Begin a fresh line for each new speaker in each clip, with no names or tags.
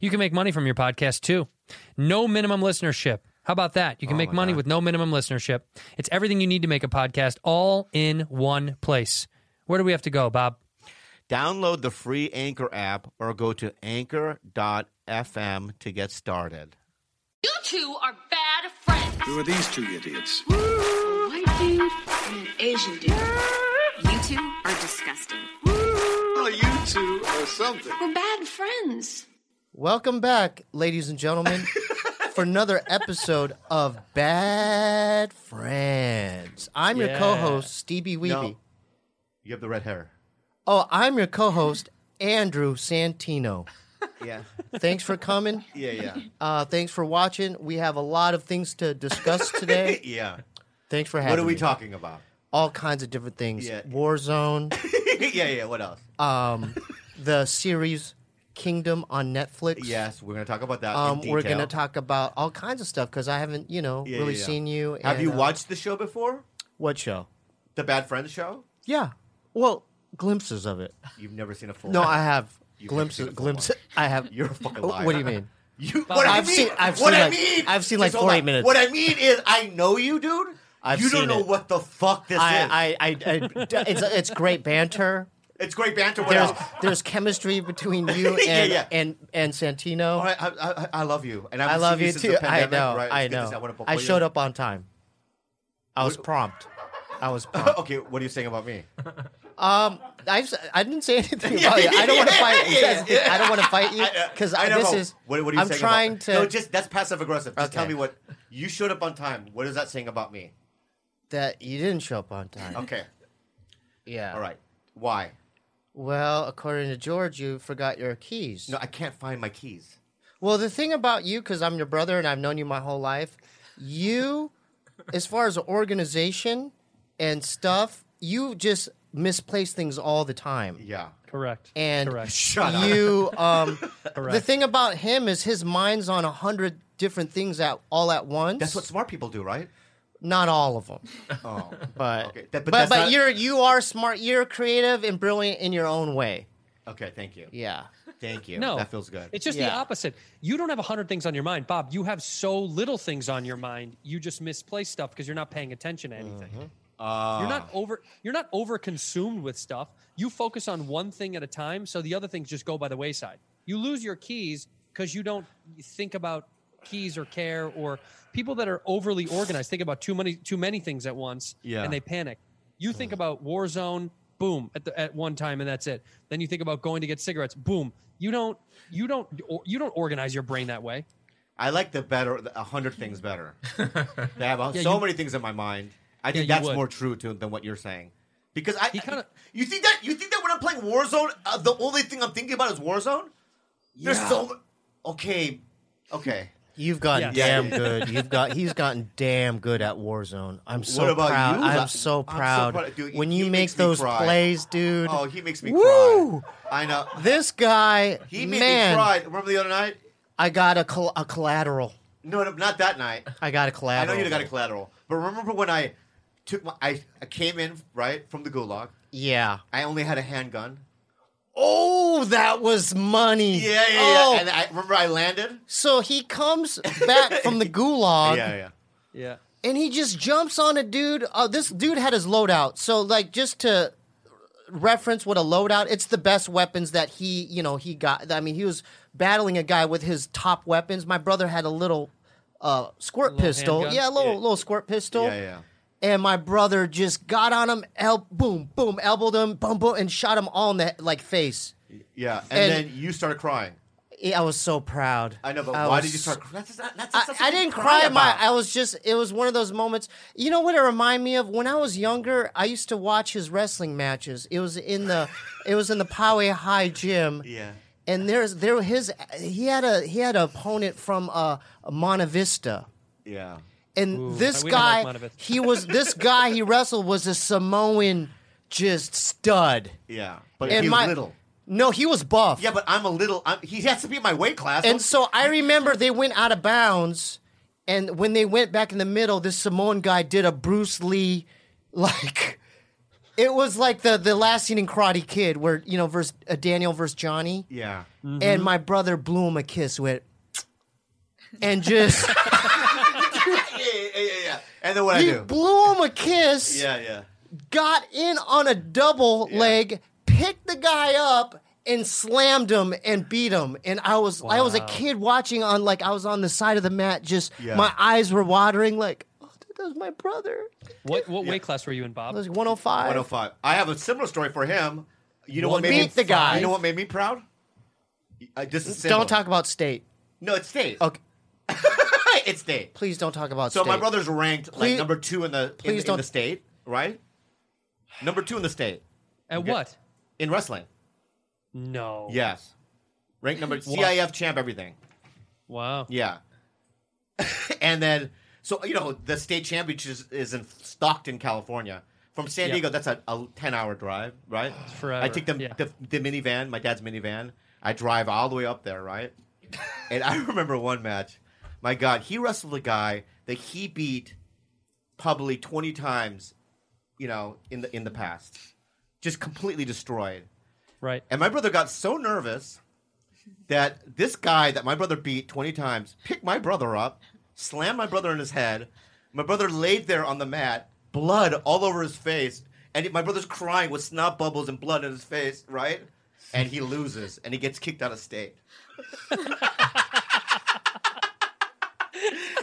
You can make money from your podcast too. No minimum listenership. How about that?
Oh
You can make money with no minimum listenership. It's everything you need to make a podcast all in one place. Where do we have to go, Bob?
Download the free Anchor app or go to anchor.fm to get started.
You two are bad friends.
Who are these two idiots?
white dude and an Asian dude. You two are disgusting.
Well, you two or something.
We're bad friends.
Welcome back, ladies and gentlemen, for another episode of Bad Friends. I'm your
Yeah.
co-host Stevie Weeby.
No. You have the red hair.
Oh, I'm your co-host Andrew Santino.
Yeah.
Thanks for coming.
Yeah, yeah.
Uh, thanks for watching. We have a lot of things to discuss today.
yeah.
Thanks for having.
What are we
me.
talking about?
All kinds of different things.
Yeah.
Warzone,
yeah, yeah. What else?
Uh, the series Kingdom on Netflix.
yes, we're going to talk about that. in
Um, we're
detail.
gonna talk about all kinds of stuff because I haven't, you know,
Yeah,
really
yeah, yeah.
seen you.
Have
and,
you
uh,
watched the show before?
what show?
The Bad Friends show?
Yeah. Well, glimpses of it.
You've never seen a full
No, I have
You've never seen
glimpses.
a full
Glimpses. I have.
You're a fucking
Oh,
liar.
What do you mean?
You, what I
I've
mean,
seen- I've
what
seen,
I
like-
mean,
I've seen, like,
just hold
48
on.
minutes.
What I mean is, I know you, dude.
I've
you
seen
don't know
it.
what the fuck this is.
I, I, I, I, it's, it's great banter.
it's great banter. What
There's
else?
there's chemistry between you and
Yeah, yeah.
and and Santino.
All right, I, I, I love you, and I,
I
haven't
love
seen
you
since
too.
the
I
pandemic,
know.
Right?
I
It's good
know.
as I, wanna before
I
you-
showed up on time. I was prompt. I was prompt.
Okay, what are you saying about me?
I've, s- I didn't say anything about you. I don't want to fight. you guys. I don't want to fight you because
I know.
this is.
What, what are you
I'm
saying
trying
about-
to.
No, just that's passive aggressive. Just tell
Okay.
me what you showed up on time. What is that saying about me?
that you didn't show up on time.
Okay,
Yeah.
Oh, all right. Why?
Well, according to George, you forgot your keys.
No, I can't find my keys.
Well, the thing about you, because I'm your brother and I've known you my whole life, you, as far as organization and stuff, you just misplace things all the time.
Yeah.
Correct.
And
Correct.
Shut
you, um, the
Correct.
thing about him is his mind's on a hundred different things at all at once.
That's what smart people do, right?
not all of them,
Oh,
but
okay. That-
but
but
but,
that's not-
you're you are smart, you're creative and brilliant in your own way.
okay. Thank you.
Yeah.
Thank you.
No,
that feels good.
It's just the
Yeah.
opposite. You don't have a hundred things on your mind, Bob. You have so little things on your mind. You just misplace stuff because you're not paying attention to
Mm-hmm.
anything. you're
Ah.
not over. You're not over consumed with stuff. You focus on one thing at a time, so the other things just go by the wayside. You lose your keys because you don't think about keys or care or people that are overly organized think about too many too many things at once
Yeah.
and they panic. You think about Warzone, boom, at the, at one time, and that's it. Then you think about going to get cigarettes, boom. You don't you don't or, you don't organize your brain that way.
I like the better, the- a hundred things better. they have uh,
Yeah,
so
you-
many things in my mind. I think
you
that's
would.
more true to than what you're saying. Because I,
kinda-
you think that you think that when I'm playing Warzone, uh, the only thing I'm thinking about is Warzone. There's so mu- okay, okay.
You've gotten
Yeah.
damn
Yeah.
good. You've got he's gotten damn good at Warzone. I'm so
What about
proud.
you?
I'm
I'm
so
so
proud.
proud. Dude,
when
he
you make
makes me
those
cry.
plays, dude.
Oh, he makes me
Woo!
cry. I know.
This guy,
He made
man,
me cry. Remember the other night?
I got a col- a collateral.
No, no, not that night.
I got a
I
collateral.
know you got a collateral, but remember when I took my, I, I came in right from the gulag.
Yeah.
I only had a handgun.
Oh, that was money.
Yeah, yeah, yeah.
Oh,
And I remember I landed.
so he comes back from the gulag.
yeah, yeah.
Yeah.
and he just jumps on a dude. Uh, this dude had his loadout, so like just to reference with a loadout. It's the best weapons that he, you know, he got. I mean, he was battling a guy with his top weapons. My brother had a little uh, squirt pistol.
handgun?
Yeah, a little, little squirt pistol.
Yeah, yeah.
And my brother just got on him, el- boom, boom, elbowed him, boom, boom, and shot him all in the like face.
Yeah, and,
And-
then you started crying.
Yeah, I was so proud.
I know, but
I
why
was
did you start? cr- That's, that's, that's, that's
I, I
what you
didn't cry. My,
about.
I was just. It was one of those moments. You know what it reminded me of? When I was younger, I used to watch his wrestling matches. It was in the. it was in the Poway High gym.
Yeah.
And there's there his he had a he had an opponent from uh Monta Vista.
yeah.
And this
we don't like
guy,
Monta Vista.
he was this guy he wrestled was a Samoan just stud.
Yeah. But
And
he was
my-
little.
No, he was buff.
Yeah, but I'm a little. I'm, he has to be in my weight class.
And so I remember they went out of bounds, and when they went back in the middle, this Samoan guy did a Bruce Lee, like it was like the the last scene in Karate Kid where you know versus uh, Daniel versus Johnny,
yeah.
and my brother blew him a kiss with, and just
yeah, yeah, yeah, yeah. And then what
he
I do?
blew him a kiss,
yeah, yeah.
got in on a double leg, picked the guy up. And slammed him and beat him, and I was I was a kid watching on like I was on the side of the mat, just
Yeah.
my eyes were watering, like oh, that was my brother.
What what weight class were you in, Bob?
I was oh like 105.
105. I have a similar story for him. You know what made me
Beat the guy.
You know what made me proud? I, this is similar.
Don't talk about state.
No, it's state.
Okay,
it's state.
please don't talk about
So
state.
my brother's ranked like
Please-
number two in the in,
please
in
don't-
the state, right? Number two in the state
At what?
in wrestling.
No.
Yes, ranked number CIF champ, everything.
Wow.
Yeah, and then so you know the state championship is, is in Stockton, California. From San
Yeah.
Diego, that's a, a ten-hour drive, right?
forever,
I take the,
yeah.
the the minivan, my dad's minivan. I drive all the way up there, right? and I remember one match. My God, he wrestled a guy that he beat probably twenty times, you know, in the in the past, just completely destroyed.
Right.
And my brother got so nervous that this guy that my brother beat 20 times picked my brother up, slammed my brother in his head. My brother laid there on the mat, blood all over his face. And my brother's crying with snot bubbles and blood in his face, right? And he loses and he gets kicked out of state.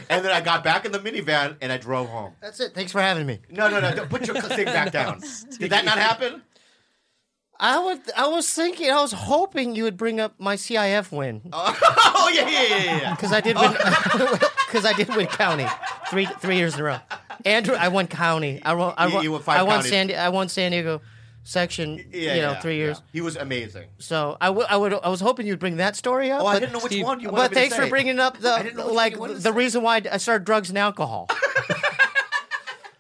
and then I got back in the minivan and I drove home.
That's it. Thanks for having me.
No, no, no. Don't put your thing back down. Did that not happen?
I would. I was thinking. I was hoping you would bring up my CIF win
Oh, yeah, yeah, yeah, yeah, yeah.
because I did win.
Oh.
Because I did win county three three years in a row. Andrew, I won county. I won. I
You-
won.
you won five
I won
counties.
San. Di- I won San Diego section.
Yeah,
you know,
yeah,
three years.
yeah. He was amazing.
So I, w- I would. I was hoping you'd bring that story up.
Oh, I
but-
didn't know which
Steve-
one you wanted
But
me to
thanks for
say.
bringing up
I
the
didn't know which
like
one you wanted to
the
say.
reason why I started drugs and alcohol.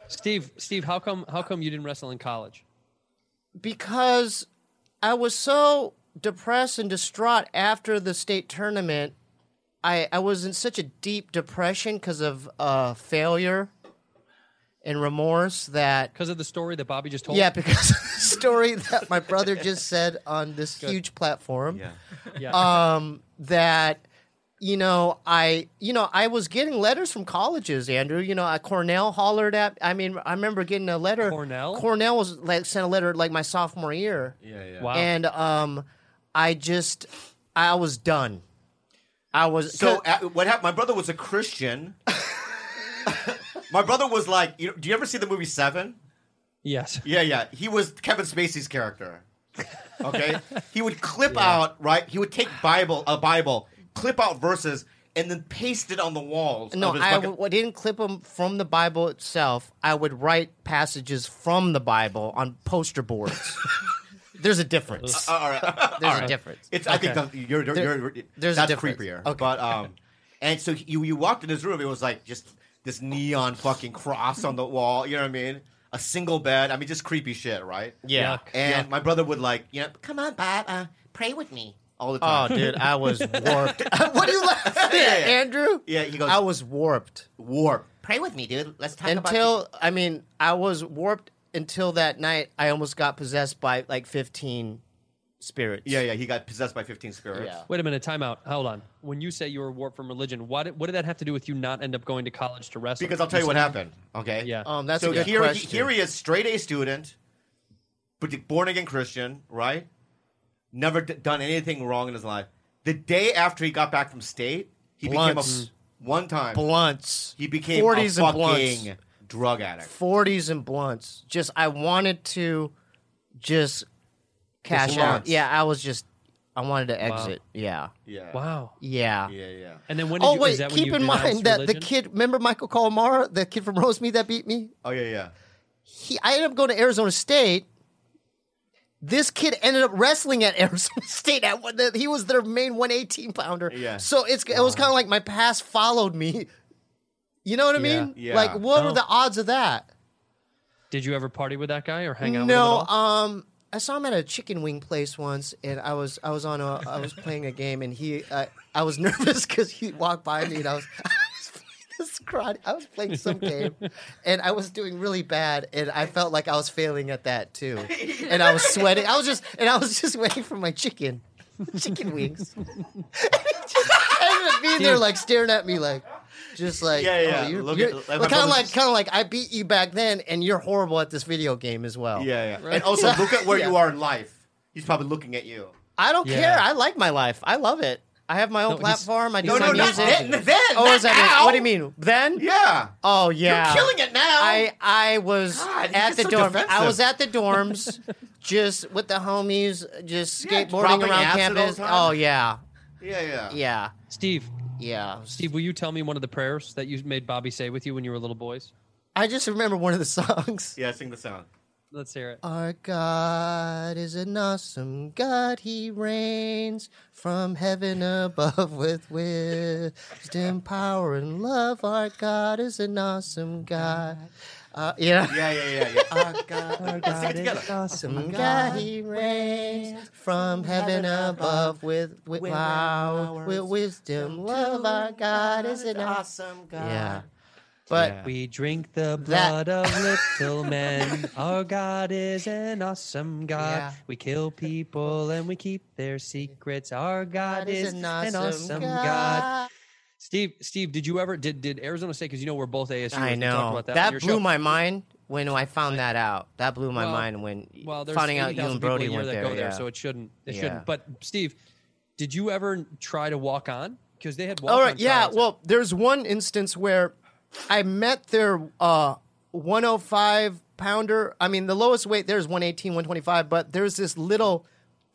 Steve, Steve, how come how come you didn't wrestle in college?
because I was so depressed and distraught after the state tournament. I, I was in such a deep depression because of uh, failure and remorse that
Because of the story that Bobby just told.
yeah because of the story that my brother just said on this huge platform Um,
Yeah.
Yeah.
that you know I you know I was getting letters from colleges Andrew you know I, Cornell hollered at I mean I remember getting a letter
Cornell?
Cornell was like sent a letter like my sophomore year yeah yeah
wow.
and um, I just I was done. I was
So uh, what happened? My brother was a Christian. my brother was like, you know, do you ever see the movie Seven?
yes.
Yeah, yeah. He was Kevin Spacey's character. Okay, he would clip out right. He would take Bible a Bible, clip out verses, and then paste it on the walls.
no,
of his
I
fucking-
w- I didn't clip them from the Bible itself. I would write passages from the Bible on poster boards. There's a difference.
Uh, all right.
There's a difference.
It's. I think the, you're, you're,
There-
you're-
there's a
that's
difference.
creepier.
Okay.
But um, and so he- you you walked in his room. It was like just this neon fucking cross on the wall. You know what I mean? A single bed. I mean, just creepy shit, right?
Yeah.
Yuck.
And my brother would like, you know, come on, Bob, uh, pray with me all the
Oh,
time.
dude, I was warped. what are you laughing at,
yeah.
Andrew?
Yeah, he goes-
I was warped
Warp. Pray with me, dude. Let's talk about
until I mean, I was warped until that night. I almost got possessed by like 15 spirits.
Yeah, yeah. He got possessed by fifteen spirits.
Yeah.
Wait a minute. Time out. Hold on. When you say you were warped from religion, why did, what did that have to do with you not end up going to college to wrestle?
Because I'll tell you what happened. Okay.
Yeah.
Um, that's
so
a good
here,
question.
here he is, straight A student, but born again Christian, right? Never d- done anything wrong in his life. The day after he got back from state, he
Blunts.
became a one time
Blunts.
he became
40s
a
and blunts.
fucking drug addict.
40s and blunts. Just I wanted to just cash out.
blunts.
Yeah, I was just I wanted to exit. Yeah.
Yeah.
Wow.
Yeah.
Yeah, yeah.
And then when did
Oh
you, is
wait!
that when
Keep
you
in
denounced
mind that the
religion?
kid, remember Michael Calmara, the kid from Rosemead that beat me.
Oh yeah, yeah.
He, I ended up going to Arizona State. This kid ended up wrestling at Arizona State. At one, he was their main 118 pounder.
Yeah.
So it's it was kind of like my past followed me. You know what I
Yeah.
mean?
Yeah.
Like, what were
No.
the odds of that?
Did you ever party with that guy or hang out with him at
no,
all?
um, I saw him at a chicken wing place once, and I was I was on a I was playing a game, and he uh, I was nervous because he walked by me, and I was. I was playing This karate, I was playing some game, and I was doing really bad, and I felt like I was failing at that too, and I was sweating. I was just, and I was just waiting for my chicken, chicken wings. and he just ended up being there, like staring at me, like, just like,
Yeah, yeah,
oh, you're,
look
you're,
at- like my
kind of
brother's-
like, kind of like, I beat you back then, and you're horrible at this video game as well.
Yeah, yeah. And also look at where
Yeah.
you are in life. He's probably looking at you.
I don't
Yeah.
care. I like my life. I love it. I have my own
No, he's-
platform. I do
he's
my
not
music.
then-
then,
oh,
not
is that it?
now.
What do you mean? Then?
Yeah.
Oh yeah.
You're killing it now.
I I was
God, you
at
get
the
so
dorm. I
defensive.
was at the dorms, just with the homies, just
Yeah,
skateboarding
dropping
around
acid all the
campus.
time.
Oh yeah,
yeah, yeah.
yeah,
Steve,
yeah.
Steve, will you tell me one of the prayers that you made Bobby say with you when you were little boys?
I just remember one of the songs.
Yeah, sing the song.
Let's hear it.
Our God is an awesome God. He reigns from heaven above with wisdom, power, and love. Our God is an awesome God. Uh, yeah.
Yeah, yeah, yeah, yeah. Our God, Let's sing it together. Mm-hmm.
Awesome God, He reigns from heaven above with, with power, with wisdom, love. Our God is an awesome God. Yeah. But
Yeah.
We drink the
That-
blood of little men. Our God is an awesome God.
Yeah.
We kill people and we keep their secrets. Our God,
God is an awesome, God.
Steve, Steve, did you ever did did Arizona State? Because you know we're both ASU.
I
We talked
know
about
that,
that. on your
blew
show.
my mind when I found that out. That blew my
Well-
mind when
Well, there's
finding out you
80,000
and
people a
Brody
year
went
that
there.
go
yeah.
there, so it shouldn't. It
Yeah.
shouldn't. But Steve, did you ever try to walk on? Because they had walk
All Oh, right,
on
yeah.
trials.
Well, there's one instance where I met their uh, 105 pounder. I mean, the lowest weight there is 118, 125, but there's this little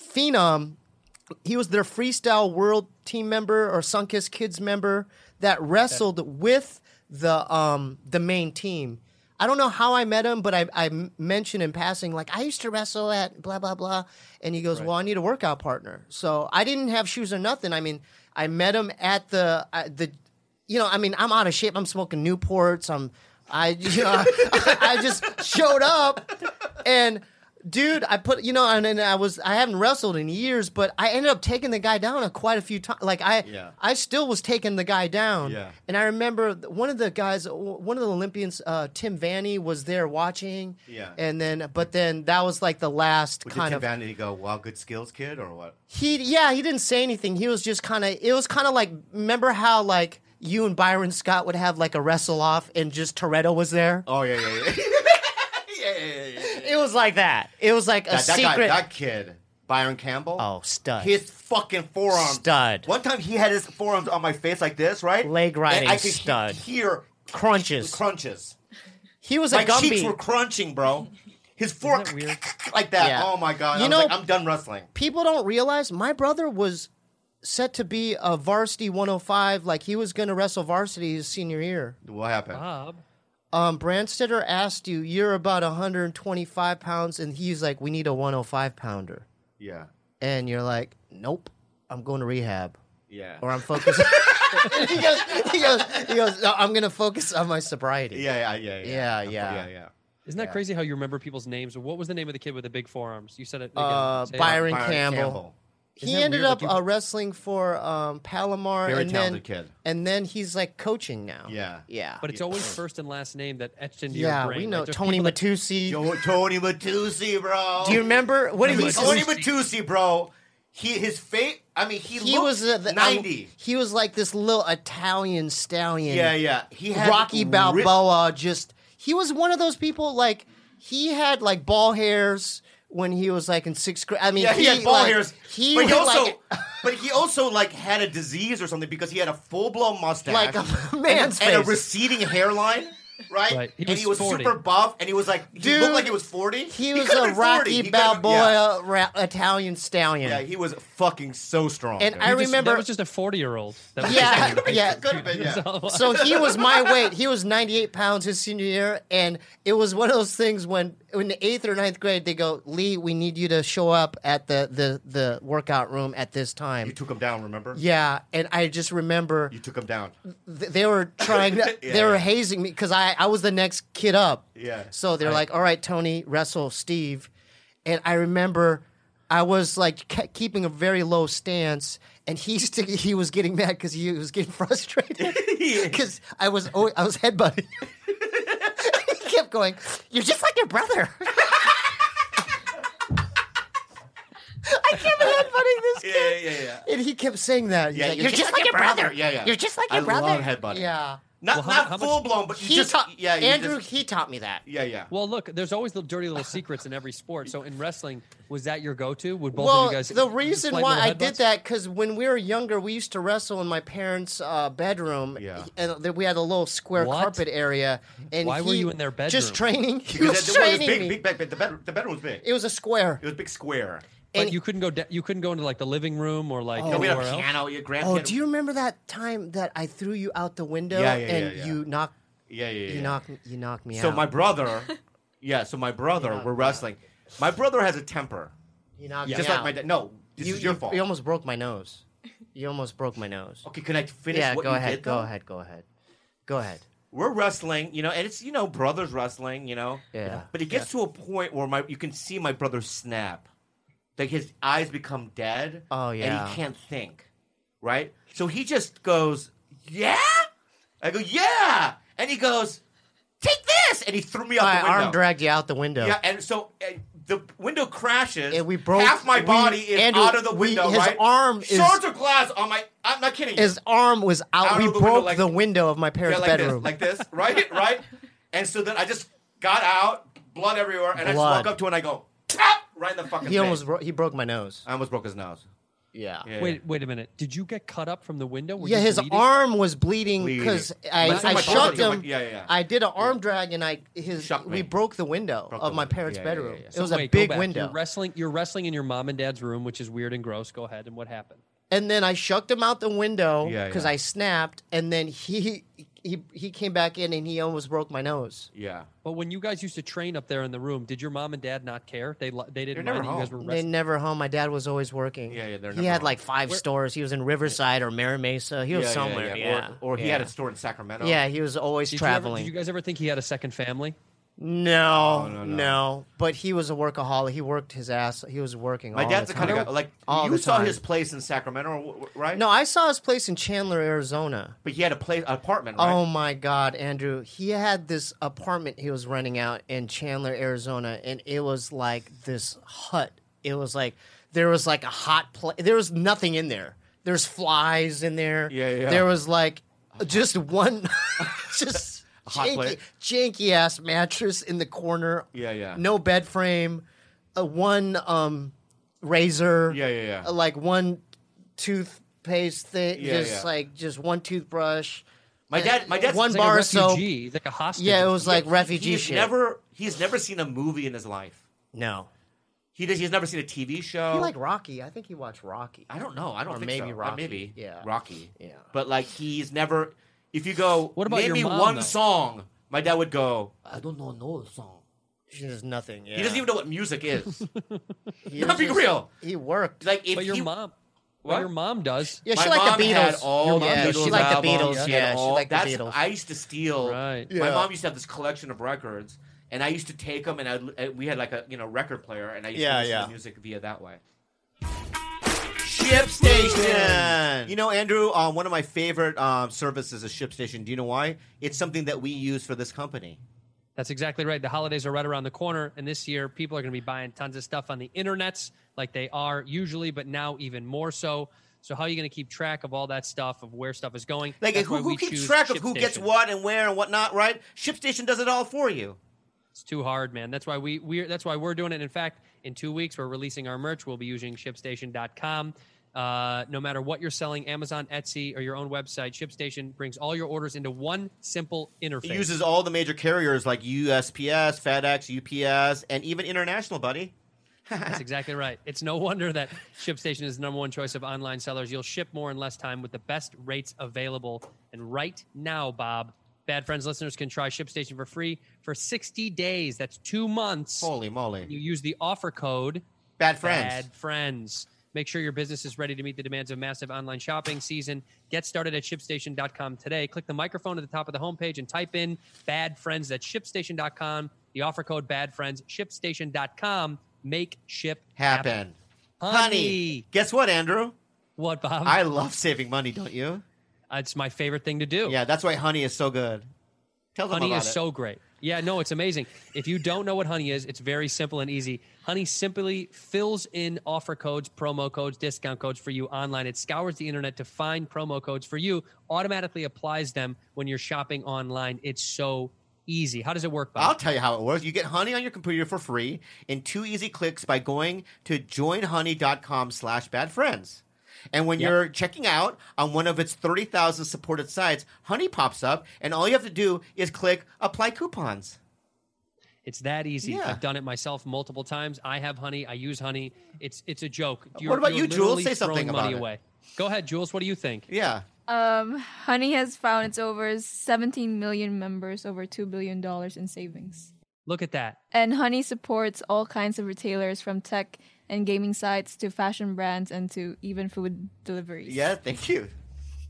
phenom. He was their freestyle world team member or Sunkiss Kids member that wrestled with the um, the main team. I don't know how I met him, but I, I mentioned in passing, like, I used to wrestle at blah, blah, blah. And he goes, Well, I need a workout partner. So I didn't have shoes or nothing. I mean, I met him at the, uh, the you know, I mean, I'm out of shape. I'm smoking Newports. I'm, I, you know, I, I just showed up and. Dude, I put you know, and, and I was I haven't wrestled in years, but I ended up taking the guy down a quite a few times. Like I,
Yeah.
I still was taking the guy down.
Yeah.
And I remember th- one of the guys, w- one of the Olympians, uh, Tim Vanny, was there watching.
Yeah.
And then, but then that was like the last
Would
kind
you
of.
vanity go, wow, good skills, kid, or what?
He, yeah, he didn't say anything. He was just kind of. It was kind of like remember how like you and Byron Scott would have like a wrestle off, and just Toretto was there.
Oh yeah, yeah, yeah.
It was like that. It was like a
that, that
secret.
guy, that kid, Byron Campbell.
oh, stud.
his fucking forearms.
Stud.
One time he had his forearms on my face like this, right?
Leg
and I
riding
could he-
stud.
hear
crunches.
crunches.
he was a
My
Gumby.
cheeks were crunching, bro. His fork
that weird?
like that.
Yeah.
Oh my god!
You
I was
know-
like, I'm done wrestling.
people don't realize my brother was set to be a varsity 105 like he was going to wrestle varsity his senior year
What happened?
Bob,
um branstetter asked you you're about 125 pounds and he's like we need a 105 pounder
Yeah,
and you're like nope i'm going to rehab
yeah,
or i'm focused he goes he goes he goes no, i'm going to focus on my sobriety
yeah, yeah, yeah,
Yeah, yeah.
yeah, yeah.
isn't that crazy how you remember people's names? What was the name of the kid with the big forearms? You said it. Again.
uh,
Say it.
Byron, Campbell.
Isn't
He
that
ended
weird?
up
Like you-
uh, wrestling for um, Palomar,
Very
and
talented
then
kid.
and then he's like coaching now.
Yeah.
yeah,
But it's always first and last name that etched into
yeah,
your brain.
we know
Like, there's
Tony
people that-
Matusi.
Yo, Tony Matusi, bro.
Do you remember what did he?
Tony
Tony
Matusi, bro. He his fate. I mean, he,
he
looked
was uh, the,
ninety.
um, he was like this little Italian stallion.
yeah, yeah. He had
Rocky
ri-
Balboa. Just he was one of those people. Like he had like ball hairs, when he was like in sixth grade. I mean,
Yeah, he, had ball
like,
hairs.
He,
but he
had,
also,
like,
but he also like had a disease or something because he had a full blown mustache,
Like a
and-
man's
and,
face.
a receding hairline. Right,
Right, he
and
was
he was
40.
super buff, and he was like, he
Dude,
looked like he was forty.
he was
could've
a
been 40.
Rocky
He could've-
Balboa uh,
yeah.
ra- Italian stallion.
Yeah, he was fucking so strong.
and
dude.
I
You just-
remember,
that was just a forty-year-old. That was
yeah,
just-
yeah.
could have been, yeah.
so he was my weight. He was 98 pounds his senior year, and it was one of those things when in the eighth or ninth grade they go, Lee, we need you to show up at the the the workout room at this time.
You took him down, remember?
Yeah, and I just remember
You took him down.
th- they were trying to, they were
yeah.
hazing me because I, I was the next kid up.
Yeah.
So they're like, all right, Tony, wrestle Steve. And I remember I was like ke- keeping a very low stance. And he st- he was getting mad because he was getting frustrated because I was always, I was headbutting. he kept going, "You're just like your brother." I kept headbutting this kid,
yeah, yeah.
and he kept saying that. He's
Yeah,
like, you're, just, like, your brother.
Yeah, yeah.
You're just like
I
your brother.
love headbutting.
Yeah.
Not,
Well, how-
not
how much-
full blown, but you
He
just
taught
yeah, you
Andrew.
just-
he taught me that.
yeah, yeah.
Well, look, there's always the dirty little secrets in every sport. So in wrestling, was that your go-to? Would both
well,
of you guys?
the reason
play
why
little
I did
headbutts?
that because when we were younger, we used to wrestle in my parents' uh, bedroom.
Yeah.
and th- we had a little square
What?
carpet area. And
Why were
he-
you in their
Just
bedroom?
training. He
Because
was
that- well, it was
training
big,
me.
big back bed. The bedroom, the bedroom was big.
It was a square.
It was a big square.
But
and-
you couldn't go. Da- you couldn't go into like the living room or like
No, we had a
anywhere else?
piano. Your grand
Oh,
piano.
do you remember that time that I threw you out the window
Yeah, yeah, yeah,
and
yeah.
you knocked
Yeah, yeah, yeah.
you
yeah.
knocked you knocked me
so
out?
my brother, yeah. So my brother, we're wrestling. My brother has a temper,
you knocked
just
me
like
out.
my dad. No, this
you,
is your
you,
fault.
You almost broke my nose. You almost broke my nose.
okay, can I finish?
yeah,
what
go
you
ahead.
did,
go
though?
ahead. Go ahead. Go ahead.
we're wrestling, you know, and it's you know brothers wrestling, you know.
Yeah.
But it gets to a point where my you can see my brother snap, like his eyes become dead.
Oh,
And
yeah.
he can't think, right? So he just goes, "Yeah," I go, "Yeah," and he goes, "Take this," and he threw me out
My
the window.
arm dragged you out the window.
Yeah, and so uh, the window crashes.
And we broke-
half my
we-
body is
Andrew,
out of the
we-
window.
his
right?
arm is-
shards of glass on my. I'm not kidding. you.
His arm was out.
Out
we
of the
broke
window, like-
the window of my
Yeah,
parents'
like
bedroom.
this, like this, right, right. And so then I just got out, blood everywhere, and I just
Blood.
walk up to him and I go, "Tap!" right in the fucking.
he
face.
almost bro- he broke my nose.
I almost broke his nose.
Yeah. Yeah,
Uh, Yeah.
Wait, wait a minute. Did you get cut up from the window? Were you
his
bleeding?
arm was bleeding
Bleeding.
because I,
That's
I
what my
shoved
doctor-
him.
yeah, yeah, yeah.
I did an arm drag and I his
Shocked
we
me.
broke the window
Broke
of
the
my
window.
parents'
Yeah, yeah, yeah,
bedroom.
yeah.
It
So
was a
Wait, go
big
back.
window.
You're wrestling. You're wrestling in your mom and dad's room, which is weird and gross. Go ahead. And what happened?
and then I shucked him out the window
Yeah,
because
yeah.
I snapped. And then he he he came back in and he almost broke my nose.
Yeah.
But when you guys used to train up there in the room, did your mom and dad not care? They lo- they didn't
They're
mind
never
that you guys were
home.
They
wrestling.
never home. My dad was always working.
Yeah, yeah, they're
He
never
had
home.
like five stores. He was in Riverside or Mira Mesa. He was
Yeah, yeah,
somewhere. Yeah,
yeah. Or, or he had
yeah.
a store in Sacramento.
Yeah, he was always
Did you, ever,
traveling.
did you guys ever think he had a second family?
no,
No,
no,
Oh, no, no.
But he was a workaholic. He worked his ass. He was working.
My
all
dad's the
the
kind
time.
of guy like
All
you
the
saw
time.
his place in Sacramento, w- w- right?
No, I saw his place in Chandler, Arizona.
but he had a place, an apartment, right?
Oh my God, Andrew! He had this apartment he was renting out in Chandler, Arizona, and it was like this hut. It was like there was like a hot place. There was nothing in there. There's flies in there.
Yeah, yeah.
There was like just one, just
hot
janky,
plate.
janky ass mattress in the corner.
Yeah, yeah.
No bed frame. Uh, one um razor.
Yeah, yeah, yeah.
uh, Like one toothpaste thing.
Yeah,
just
yeah.
like just one toothbrush.
my dad, my dad's
One
It's
bar
like
of
a
soap.
refugee, like a hostage.
Yeah, it was like refugee
He's
shit.
never, he's never seen a movie in his life.
no.
He does, he's never seen a TV show.
He liked Rocky. I think he watched Rocky.
I don't know. I don't
Or
think
maybe
so. Uh,
Rocky.
maybe
Yeah.
Rocky.
Yeah.
But like he's never. If you go,
What about
name
your
me
mom,
one
though?
song. My dad would go. I don't know no song.
She does nothing. Yeah.
He doesn't even know what music is.
He
Not
was
be
just-
real.
He worked.
Like if
But your
he-
mom,
What?
what your mom does.
yeah,
My
she liked the
mom
Beatles.
Had all
Your mom-
the
yeah,
Beatles
she liked the
albums.
Beatles.
She had
Yeah,
all-
she liked the
that's-
Beatles.
I used to steal.
Right.
Yeah.
My mom used to have this collection of records, and I used to take them, and I and we had like a you know record player, and I used
Yeah,
to listen
yeah.
to music via that way. Ship station.
Man.
You know, Andrew, um, one of my favorite um, services is Ship Station. Do you know why? It's something that we use for this company.
That's exactly right. The holidays are right around the corner, and this year people are going to be buying tons of stuff on the internets, like they are usually, but now even more so. So how are you going to keep track of all that stuff, of where stuff is going?
Like
That's
who,
why
who
we
keeps
choose
track of who
ShipStation.
gets what and where and whatnot, right? ShipStation does it all for you.
It's too hard, man. That's why we we that's why we're doing it. In fact, in two weeks, we're releasing our merch. We'll be using ShipStation.com. Uh, no matter what you're selling, Amazon, Etsy, or your own website, ShipStation brings all your orders into one simple interface.
It uses all the major carriers like USPS, FedEx, UPS, and even international, buddy.
That's exactly right. It's no wonder that ShipStation is the number one choice of online sellers. You'll ship more in less time with the best rates available. And right now, Bob, Bad Friends listeners can try ShipStation for free for 60 days. That's two months.
Holy
You
moly.
use the offer code
Bad friends.
Bad Friends. Make sure your business is ready to meet the demands of massive online shopping season. Get started at shipstation.com today. Click the microphone at the top of the homepage and type in bad friends. That's shipstation.com. The offer code bad friends, shipstation.com. Make ship
Happen.
Honey.
Honey, guess what, Andrew?
What, Bob?
I love saving money, don't you?
it's my favorite thing to do.
Yeah, that's why honey is so good. Tell them
Honey
about
is
it.
so great. Yeah, no, it's amazing. If you don't know what honey is, it's very simple and easy. Honey simply fills in offer codes, promo codes, discount codes for you online. It scours the internet to find promo codes for you, automatically applies them when you're shopping online. It's so easy. How does it work,
I'll
Bob?
tell you how it works. You get Honey on your computer for free in two easy clicks by going to joinhoney.com slash badfriends. And when
Yep.
you're checking out on one of its 30,000 supported sites, Honey pops up, and all you have to do is click Apply Coupons.
it's that easy.
Yeah.
I've done it myself multiple times. I have honey. I use honey. It's it's a joke.
about you, Jules?
literally
Say something
throwing money
about it.
away. Go ahead, Jules. What do you think?
Yeah.
Um, Honey has found its over 17 million members, over $2 billion in savings.
Look at that.
And Honey supports all kinds of retailers from tech and gaming sites to fashion brands and to even food deliveries.
Yeah, thank you.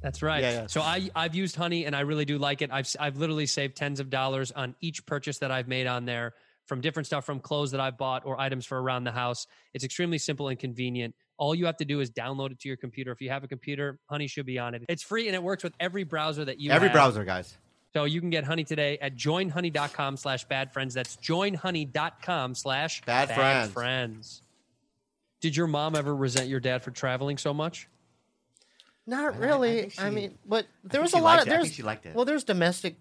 That's right.
Yeah, yeah.
So I I've used Honey and I really do like it. I've s- I've literally saved tens of dollars on each purchase that I've made on there from different stuff from clothes that I've bought or items for around the house. It's extremely simple and convenient. All you have to do is download it to your computer. If you have a computer, Honey should be on it. It's free and it works with every browser that you
Every
have.
browser, guys.
So you can get Honey today at joinhoney.com slash bad friends. That's joinhoney.com slash
Bad friends.
friends. Did your mom ever resent your dad for traveling so much?
Not
I- I
really. I,
think she-
mean, but there
think
was
she
a lot
liked
of
it. I think
there's
she liked it.
well, there's domestic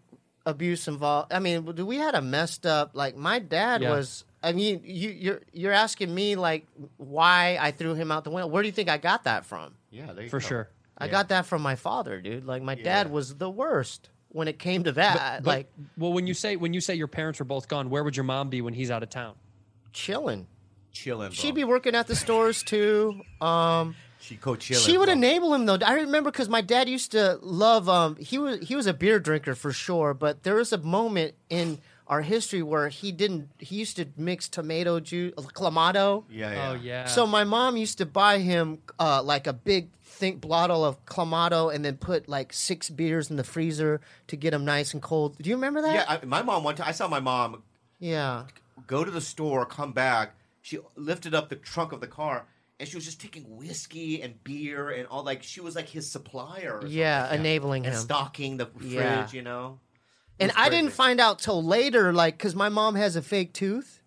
abuse involved. I mean, we had a messed up like my dad
Yeah.
was. I mean, you you're you're asking me like why I threw him out the window. Where do you think I got that from?
Yeah, there you
For
go.
sure.
I got that from my father, dude. Like my dad was the worst when it came to that.
But-
like
well, when you say when you say your parents were both gone, where would your mom be when he's out of town?
chilling.
Chillin',
She'd be
bro.
working at the stores too. Um,
She go chillin'.
She would
bro.
enable him though. I remember because my dad used to love. Um, he was he was a beer drinker for sure, but there was a moment in our history where he didn't. He used to mix tomato juice, clamato.
Yeah, yeah.
Oh yeah.
So my mom used to buy him uh, like a big think bottle of clamato, and then put like six beers in the freezer to get him nice and cold. Do you remember that?
Yeah, I, my mom one time, I saw my mom
yeah.
go to the store, come back. She lifted up the trunk of the car, and she was just taking whiskey and beer and all. Like she was like his supplier. or
Yeah,
something.
enabling
and
him.
stocking the
Yeah.
fridge. You know,
and
was
I didn't
crazy.
find out till later, like, because my mom has a fake tooth,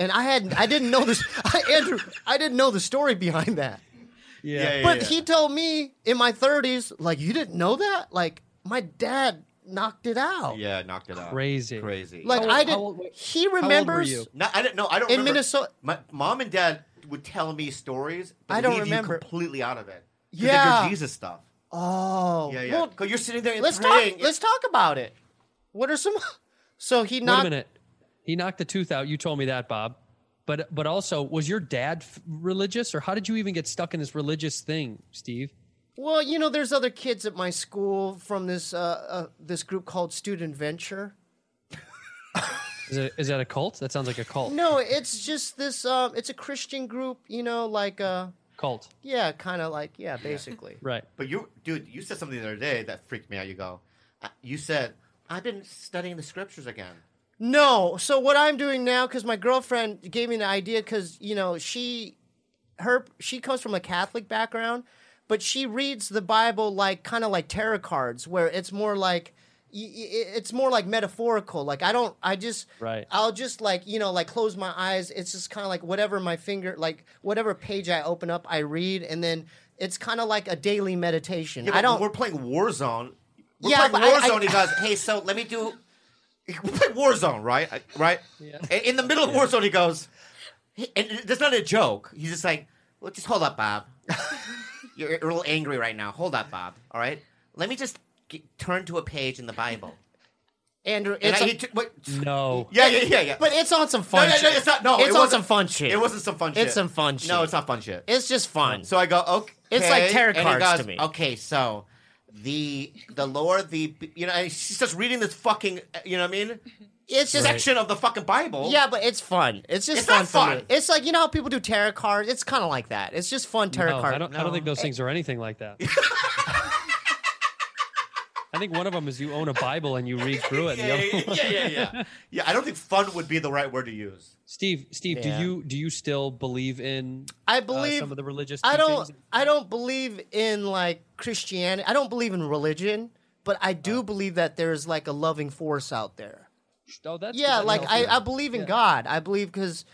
and I had I didn't know this. I, Andrew, I didn't know the story behind that.
Yeah, yeah,
But
yeah.
he told me in my thirties, like, you didn't know that. Like, my dad knocked it out.
yeah knocked it out.
Crazy.
crazy.
Like,
How
I
old-
didn't.
how old were-
he
were
remembers.
you?
no, I don't know. I don't.
In
remember.
Minnesota-
my mom and dad would tell me stories. But
I don't
leave
remember.
You completely out of it. 'Cause they
Yeah.
do Jesus stuff.
Oh,
Yeah, yeah.
Well,
'Cause you're sitting there and
let's
praying.
talk. Let's talk about it. What are some? So he
Wait a
knocked.
minute. He knocked the tooth out. You told me that, Bob. But but also, was your dad f- religious, or how did you even get stuck in this religious thing, Steve?
Well, you know, there's other kids at my school from this uh, uh, this group called Student Venture.
Is, it, is that a cult? That sounds like a cult.
No, it's just this. Um, it's a Christian group, you know, like uh,
Cult.
yeah, kind of like yeah, basically.
Right.
But you, dude, you said something the other day that freaked me out. You go, uh, you said, I've been studying the scriptures again.
No, so what I'm doing now, because my girlfriend gave me an idea, because you know she, her she comes from a Catholic background, but she reads the Bible like kind of like tarot cards, where it's more like. y- y- It's more like metaphorical. Like I don't. I just.
Right.
I'll just like you know like close my eyes. It's just kind of like whatever my finger like whatever page I open up, I read, and then it's kind of like a daily meditation.
Yeah, but
I don't.
We're playing Warzone. We're
Yeah,
playing
but I-
Warzone.
I-
he goes, "Hey, so let me do." we played Warzone, right? I- Right?
Yeah.
And In the middle of Warzone, he goes, he- and that's not a joke. He's just like, well, just hold up, Bob. you're, you're a little angry right now. Hold up, Bob. All right? Let me just get, turn to a page in the Bible.
Andrew,
And
it's
I,
a-
he took- wait,
No.
yeah, yeah, yeah, yeah.
but it's on some
no,
fun.
no, no,
shit.
it's not. No, it
it's on
wasn't-
some fun shit.
It wasn't some fun shit.
It's some fun shit.
No, it's not fun shit.
It's just fun.
So I go, okay.
It's like tarot
and he
cards
goes,
to me.
Okay, so the the Lord, the you know, and she's just reading this fucking, you know what I mean?
it's just
Section of the fucking Bible.
Yeah, but it's fun. It's just
It's
fun.
not
for me.
fun.
It's like you know how people do tarot cards. It's kind of like that. It's just fun tarot
No,
cards.
I don't, I don't think those things are anything like that. I think one of them is you own a Bible and you read through it. and the
yeah,
other
yeah, yeah, yeah, yeah. Yeah, I don't think fun would be the right word to use.
Steve, Steve,
Yeah.
do you do you still believe in
I
uh,
believe
some of the religious?
I don't.
teachings?
I don't believe in like Christianity. I don't believe in religion, but I do believe that there is like a loving force out there.
Oh, that's
Yeah,
that's
like I,
healthy.
I believe in God. I believe because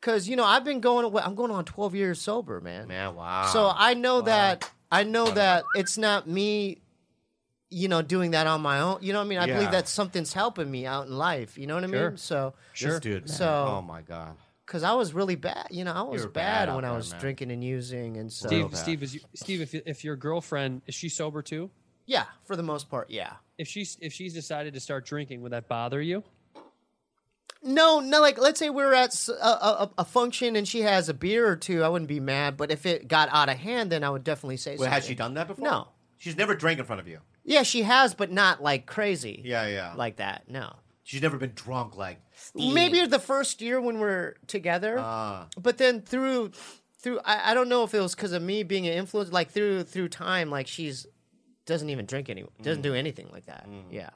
because you know I've been going away. I'm going on 12 years sober, man.
Man, wow.
So uh, I know that I know that it's not me, you know, doing that on my own. You know what I mean? I
Yeah.
believe that something's helping me out in life. You know what I
Sure.
mean? So
sure.
dude. man,
So-
oh my god.
because I was really bad, you know, I was
were
bad,
bad out
when I
there,
was
man.
drinking and using, and so
Steve,
bad.
Steve, is you, Steve, if if your girlfriend is she sober too?
yeah, for the most part, yeah.
If she's if she's decided to start drinking, would that bother you?
No, no, like let's say we're at s- a, a, a function and she has a beer or two, I wouldn't be mad. But if it got out of hand, then I would definitely say.
Well,
something.
has she done that before?
No.
She's never drank in front of you.
Yeah, she has, but not like crazy.
Yeah, yeah.
like that. No.
She's never been drunk like
Maybe the first year when we're together,
Ah.
but then through through I, I don't know if it was because of me being an influence, like through through time, like she's doesn't even drink any, doesn't
Mm.
do anything like that. Yeah,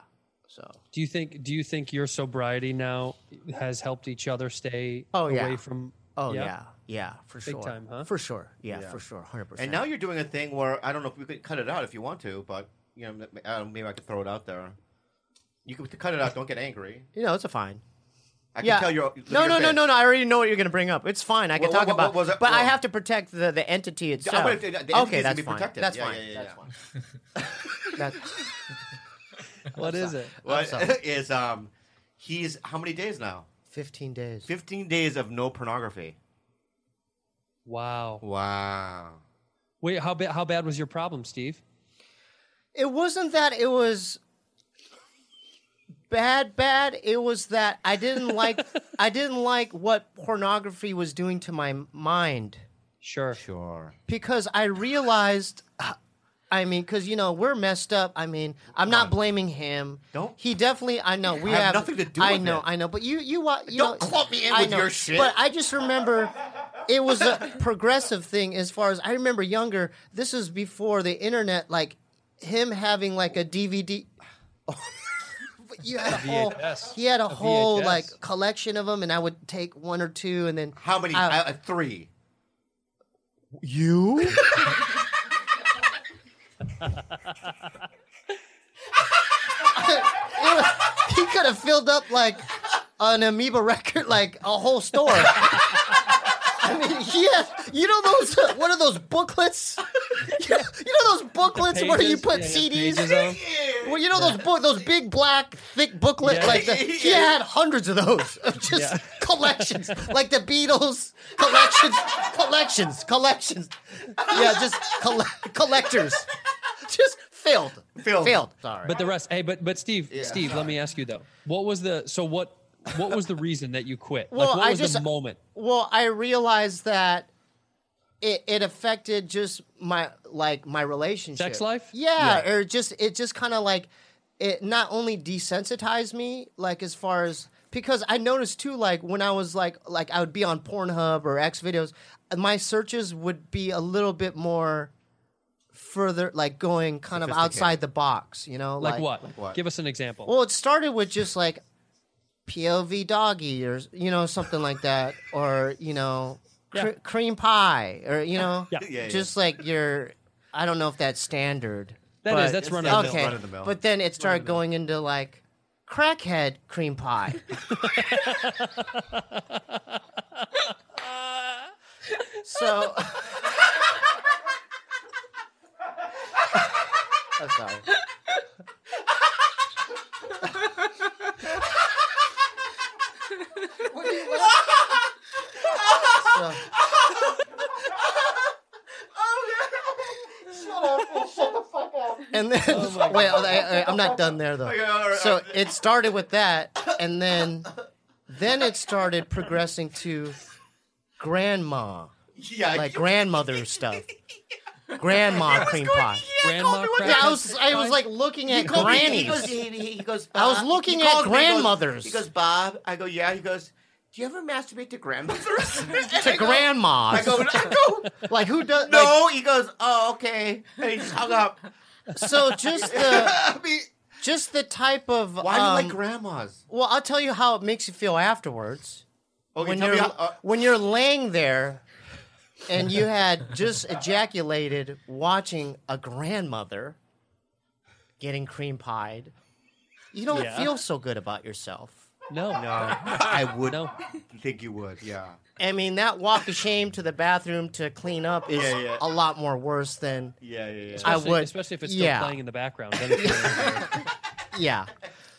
so
Do you think do you think your sobriety now has helped each other stay
Oh,
away
yeah.
from
oh yeah, yeah, for sure,
time, huh?
for sure, yeah, for sure, hundred percent.
And now you're doing a thing where I don't know if we could cut it out if you want to, but you know, I don't- maybe I could throw it out there. You could cut it out. Don't get angry.
you know it's a fine.
I can
Yeah.
tell you're
no,
you're
no, no,
bad.
no, no. I already know what you're going to bring up. It's fine. I can
What-
talk
what-
about.
what was it?
But I
Well-
have to protect the, the entity itself.
gonna- the entity
okay,
is gonna
that's
be
fine.
protected.
That's
Yeah,
fine.
yeah, yeah,
that's
yeah.
fine. That's-
what is it?
What is um, he's how many days now?
Fifteen days.
Fifteen days of no pornography.
Wow.
Wow.
Wait, how bad how bad was your problem, Steve?
It wasn't that it was bad, bad. It was that I didn't like. I didn't like what pornography was doing to my mind.
Sure.
Sure.
because I realized. I mean, because you know we're messed up. I mean, I'm not blaming him.
Don't-
he definitely? I know we
I have
have
nothing to do
I
with
know,
it.
I know. But you, you, wa- you
Don't
know,
clump me in
I
with
know,
your shit.
But I just remember it was a progressive thing as far as I remember. Younger, this is before the internet. Like him having like a DVD. But You had a whole,
VHS.
he had a, whole
VHS.
like collection of them, and I would take one or two, and then
How many?
I-
Uh, three.
you? he could have filled up like an amoeba record, like a whole store. I mean, he had, you know those, what are those booklets? You know, you know those booklets where you
Pages?
put
Yeah, yeah,
CDs?
pages of-
Well, you know those book, those big black thick booklet
Yeah.
like the, he had hundreds of those, of just
Yeah.
collections, like the Beatles collections, collections, collections. Yeah, just colle- collectors, just filled,
Filled.
filled. Sorry,
But the rest, hey, but but Steve, Steve, let me ask you though. What was the so what what was the reason that you quit? like
Well,
what
I
was the
just-
moment?
well, I realized that it, it affected just my like my relationship,
Sex life?
Yeah, or just it just kind of like it not only desensitized me like as far as because I noticed too like when I was like like I would be on Pornhub or X videos, my searches would be a little bit more further like going kind of outside the box, you know,
Like, what?
what?
Give us an example.
well, it started with just like POV doggy or you know something like that, or you know cr-
Yeah.
cream pie, or you know
Yeah. Yeah,
yeah.
just like your. I don't know if that's standard.
That
That is
is, that's run of the
okay.
Run of the mill.
But then it started going into like crackhead cream pie. so. I'm sorry. you laugh? So- And then,
Oh
wait, I, am not done there though. so it started with that, and then, then it started progressing to grandma,
Yeah,
like grandmother stuff, grandma cream pie.
Grandma
Yeah, I was, I was like looking at
called me- he
grannies.
goes, he, he- he goes,
I was
"Bob,"
looking
he
at
calls me, he goes-
grandmothers.
He goes, Bob. I go, yeah. He goes, do you ever masturbate to grandmothers? And
to
I go-
grandmas.
I go, I go,
like who does?
no. he goes, oh, okay. And he just hung up.
Like, so just the
I mean,
just the type of
why do you like
um,
grandmas?
Well, I'll tell you how it makes you feel afterwards.
Okay,
when
tell
you're
me how, uh,
when you're laying there and you had just ejaculated watching a grandmother getting cream pied. You don't
Yeah.
feel so good about yourself.
no, no,
I would
no.
think you would. Yeah.
I mean, that walk of shame to the bathroom to clean up is
Yeah, yeah.
a lot more worse than
Yeah, yeah,
I
Especially-
would-
especially if it's still
yeah.
playing in the background. Then it's really weird.
yeah.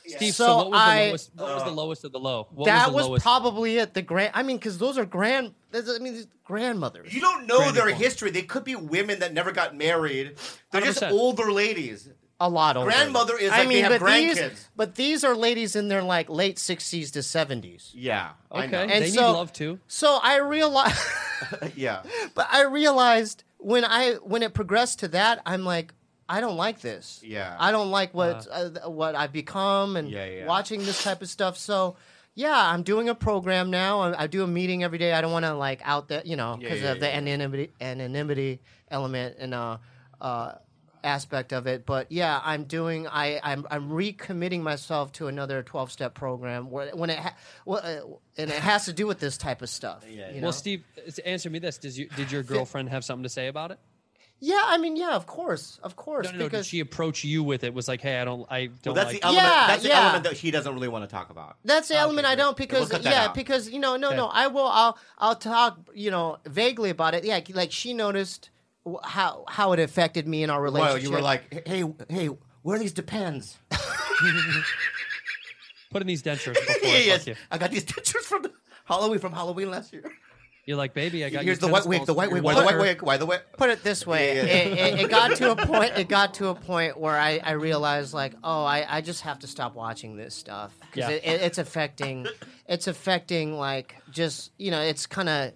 Steve, so,
So
what was
I-
the lowest? What was the lowest of the low? What
that
was
was,
the lowest?
probably it. The grand, I mean, because those are grand. that's- I mean, these grandmothers.
You don't know their
Grandma.
history. They could be women that never got married. They're just
100%.
older ladies.
a lot older.
Grandmother is
I
like they
mean,
have
but
grandkids.
these, but these are ladies in their like late sixties to seventies.
Yeah. I
okay,
know.
And
they
so-
need love too.
So I realized,
Yeah.
but I realized when I when it progressed to that, I'm like, I don't like this.
Yeah.
I don't like what uh, what I've become and
Yeah, yeah.
watching this type of stuff. So. Yeah, I'm doing a program now. I, I do a meeting every day. I don't want to like out that, you know,
Yeah,
because
yeah,
of the
yeah, yeah.
anonymity anonymity element and uh, uh, aspect of it. But yeah, I'm doing. I I'm I'm recommitting myself to another 12 step program where when it ha- well, uh, and it has to do with this type of stuff. Yeah, you know?
Well, Steve, s- answer me this: Does you, did your girlfriend have something to say about it?
yeah. I mean, yeah, of course, of course,
No, no, no. Did
because
she approach you with it? Was like, hey, I don't, I don't
Well, that's
like.
the element.
Yeah,
that's the
yeah.
element that he doesn't really want to talk about.
That's the element I
Ah, great.
don't
Then
because
we'll cut that
yeah
out.
because you know no no
Okay.
I will I'll I'll talk you know vaguely about it yeah like she noticed wh- how how it affected me in our relationship.
Well, you were like, hey, hey, where are these depends?
Put in these dentures before I fuck
yes,
you.
I got these pictures from the Halloween from Halloween last year.
You're like, baby, I got
Here's
you
the white wig, the white wig, why the white wig, why the white?
put it this way
Yeah.
it, it, it got to a point it got to a point where i, I realized like oh I, I just have to stop watching this stuff because
Yeah.
it, it, it's affecting it's affecting like just you know it's kind of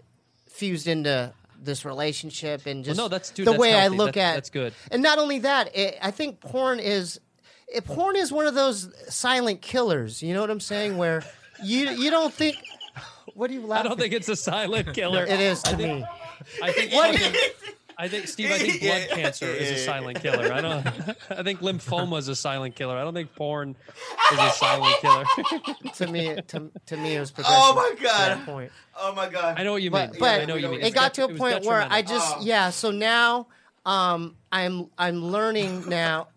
fused into this relationship and just
no, that's- dude,
the
that's
way
healthy.
i look
That-
at
that's good.
and not only that it, i think porn is it, porn is one of those silent killers you know what i'm saying where you you don't think what do you
I
laughing
don't think it's a silent killer.
it is to me
I think. I think Steve. I think blood cancer is a silent killer. I don't. I think lymphoma is a silent killer. I don't think porn is a silent killer.
to me to, to me it was
Oh
progressive
my
to that
god!
point.
Oh my god!
I know what you mean.
But,
Yeah,
but
I know what you mean.
it
It's
got to
det-
a
was
point where I
detrimental.
Oh.
just yeah. So now um, I'm I'm learning now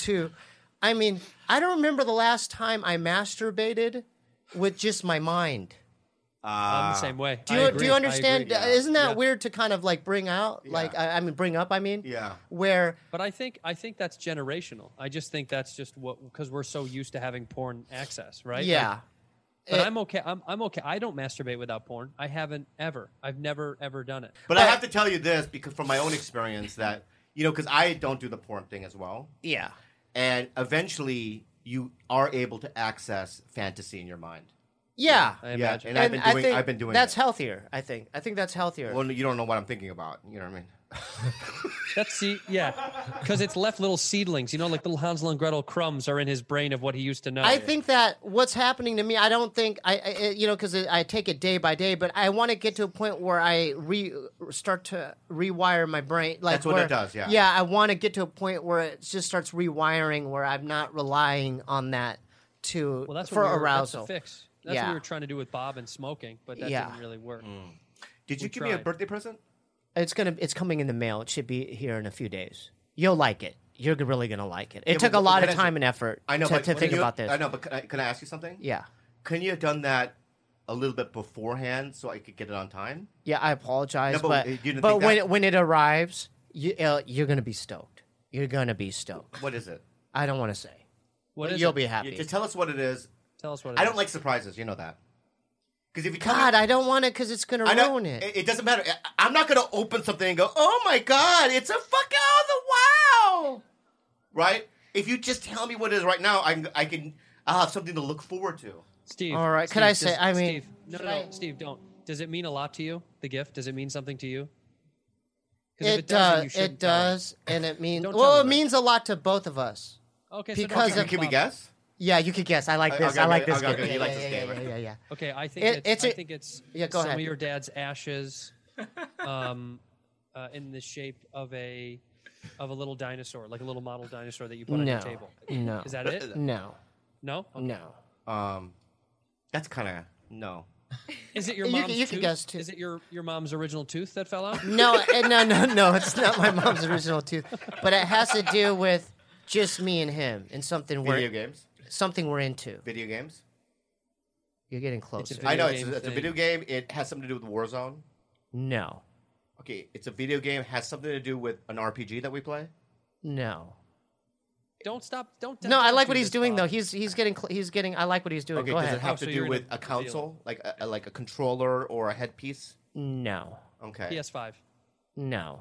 to. I mean, I don't remember the last time I masturbated with just my mind.
I'm the same way.
Do
I
you,
agree.
do you
I
understand?
agree.
Uh, Isn't that
Yeah.
weird to kind of like bring out? Like I, I mean, bring up. I mean,
Yeah.
Where
But I think I think that's generational. I just think that's just what because we're so used to having porn access, right?
yeah.
Like, but
It-
I'm okay. I'm, I'm okay. I don't masturbate without porn. I haven't ever. I've never ever done it.
But I have to tell you this because from my own experience that you know because I don't do the porn thing as well,
yeah.
and eventually you are able to access fantasy in your mind.
Yeah.
I
Yeah,
imagine.
and I've been
I
doing.
think
I've been doing.
that's
it.
healthier. I think. I think that's healthier.
Well, you don't know what I'm thinking about. You know what I mean?
That's see, yeah, because it's left little seedlings. You know, like little Hansel and Gretel crumbs are in his brain of what he used to know.
I think that what's happening to me, I don't think I, I you know, because I take it day by day, but I want to get to a point where I re start to rewire my brain. Like
That's what
where-
it does, yeah.
yeah. I want to get to a point where it just starts rewiring, where I'm not relying on that to
Well, that's
for
what we were,
arousal.
That's a fix. That's what
Yeah.
we were trying to do with Bob and smoking, but that
Yeah.
didn't really work.
Mm. Did you
We
give me a
tried.
birthday present?
It's gonna, it's coming in the mail. It should be here in a few days. You'll like it. You're really gonna like it. It
Yeah,
took
but
a lot of
can I-
time and effort.
I know.
to,
but
to
when
think
you-
about this.
I know, but can I, can I ask you something?
Yeah,
Couldn't you have done that a little bit beforehand so I could get it on time?
Yeah, I apologize,
No, but uh,
but
you didn't
but,
think
when
that-
it, when it arrives, you uh, you're gonna be stoked. You're gonna be stoked.
What is it?
I don't want to say.
What is
You'll
it?
be
Yeah,
happy.
just tell us what it is.
Tell us what. it
I don't
is.
like surprises. You know that. Because if you tell me-
God, I don't want it because it's gonna
I know-
ruin it.
It doesn't matter. I- I'm not going to open something and go, oh my God, it's a fuck oh, the wow. Right? If you just tell me what it is right now, I can, I can I'll have something to look forward to.
Steve.
All right,
Steve,
could I say-
does-
I mean,
Steve, no, no, no, Steve, don't. Does it mean a lot to you? The gift? Does it mean something to you? 'Cause if
It
then you
does. It
shouldn't tell her.
does, and it means
Don't
well,
tell
it
me.
means a lot to both of us.
Okay,
Because
so
Can,
don't
can we
Bob.
guess?
Yeah, you could guess. I like
I-
this.
okay,
I like
okay,
this
okay,
game.
okay, you
yeah,
like this
yeah,
game,
yeah,
right?
yeah, yeah, yeah.
Okay, I think
It-
it's,
it's
I
a-
think it's
Yeah, go
some
ahead.
of your dad's ashes, um, uh, in the shape of a of a little dinosaur, like a little model dinosaur that you put on your
No.
table.
No.
Is that it?
No.
No.
No.
Um, that's kind of no.
Is it your
You can-
mom's?
you can
tooth?
guess, too.
Is it your your mom's original tooth that fell out?
No, eh, no, no, no. It's not my mom's original tooth, but it has to do with just me and him and something we're
Video games.
something we're into.
Video games.
You're getting closer.
video-
I know
game
it's, it's a
thing.
video game. It has something to do with Warzone.
No,
Okay, it's a video game. Has something to do with an RPG that we play.
no,
Don't stop. Don't.
no. I
don't
like
do
what he's
this,
doing though.
Bob.
He's he's getting cl- he's getting. I like what he's doing.
Okay,
Go
does
ahead.
it have
Oh, so
to do
you're in
with
a
a
reveal.
console, like a, a- like a controller or a headpiece?
No,
Okay.
PS5.
no.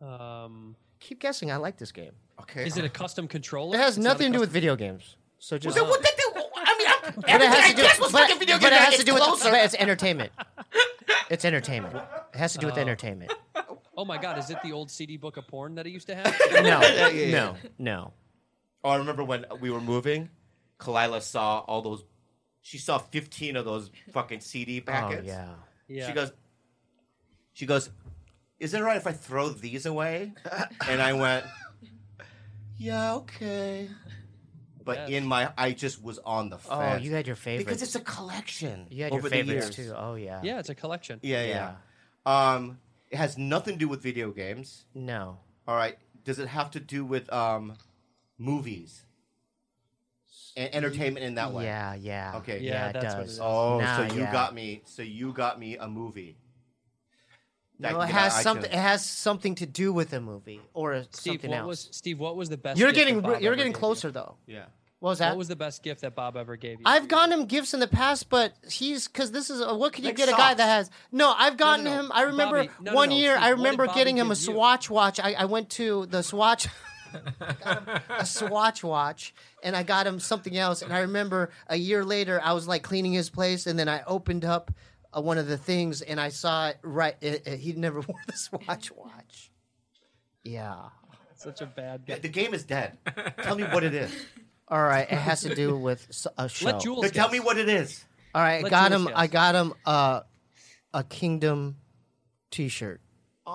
Um,
Keep guessing. I like this game.
Okay.
is it a custom controller?
It
It's
has
not a
nothing to
custom-
do with video games. So just.
So what? That, that, I mean, I'm,
But it
everything
has
I
to do.
guess was
but,
fucking video
but
game.
it has
it's
to do with.
closer.
but it's entertainment. It's entertainment. It has to do with entertainment.
Oh my God! Is it the old CD book of porn that I used to have?
No,
yeah.
no, no.
Oh, I remember when we were moving, Kalila saw all those. She saw fifteen of those fucking CD
Oh
packets.
yeah.
yeah.
She goes. She goes. Is it all right if I throw these away? and I went. Yeah. Okay. But
Yes.
in my, I just was on the
Oh,
fence.
you had your favorites.
because it's a collection.
you had
over
your favorites
the years.
too. Oh yeah.
Yeah, it's a collection.
Yeah, yeah. Um, it has nothing to do with video games.
No.
All right. Does it have to do with um, movies and entertainment in that way?
Yeah, yeah.
Okay.
Yeah,
Yeah, it
that's what it
does.
is.
Oh,
Nah,
so you
yeah.
got me. So you got me a movie. That
No,
I
it
can get on
has something.
iTunes.
It has something to do with a movie or
Steve,
something
what
else.
was Steve? What was the best?
you're
gift that
getting
Bob
you're
ever
getting
gave you?
closser though.
yeah.
What was that?
What was the best gift that Bob ever gave you?
I've gotten him gifts in the past, but he's because this is a, what could you
Like
get a guy
socks.
that has? No, I've gotten
no.
him. I remember
Bobby- no, no,
one
no.
year.
Steve,
I
what did
remember
Bobby
getting him a
give you?
Swatch watch. I, I went to the Swatch, got him a Swatch watch, and I got him something else. And I remember a year later, I was like cleaning his place, and then I opened up uh, one of the things, and I saw it right. It, it- he never wore the Swatch watch. Yeah.
Such a bad
Yeah,
gift.
The game is dead. Tell me what it is.
All right. It has to do with s- a show.
Let Jules
No, tell
guess.
me what it is.
All right,
Let
got
Jules
him.
guess.
I got him uh, a kingdom T-shirt.
Oh,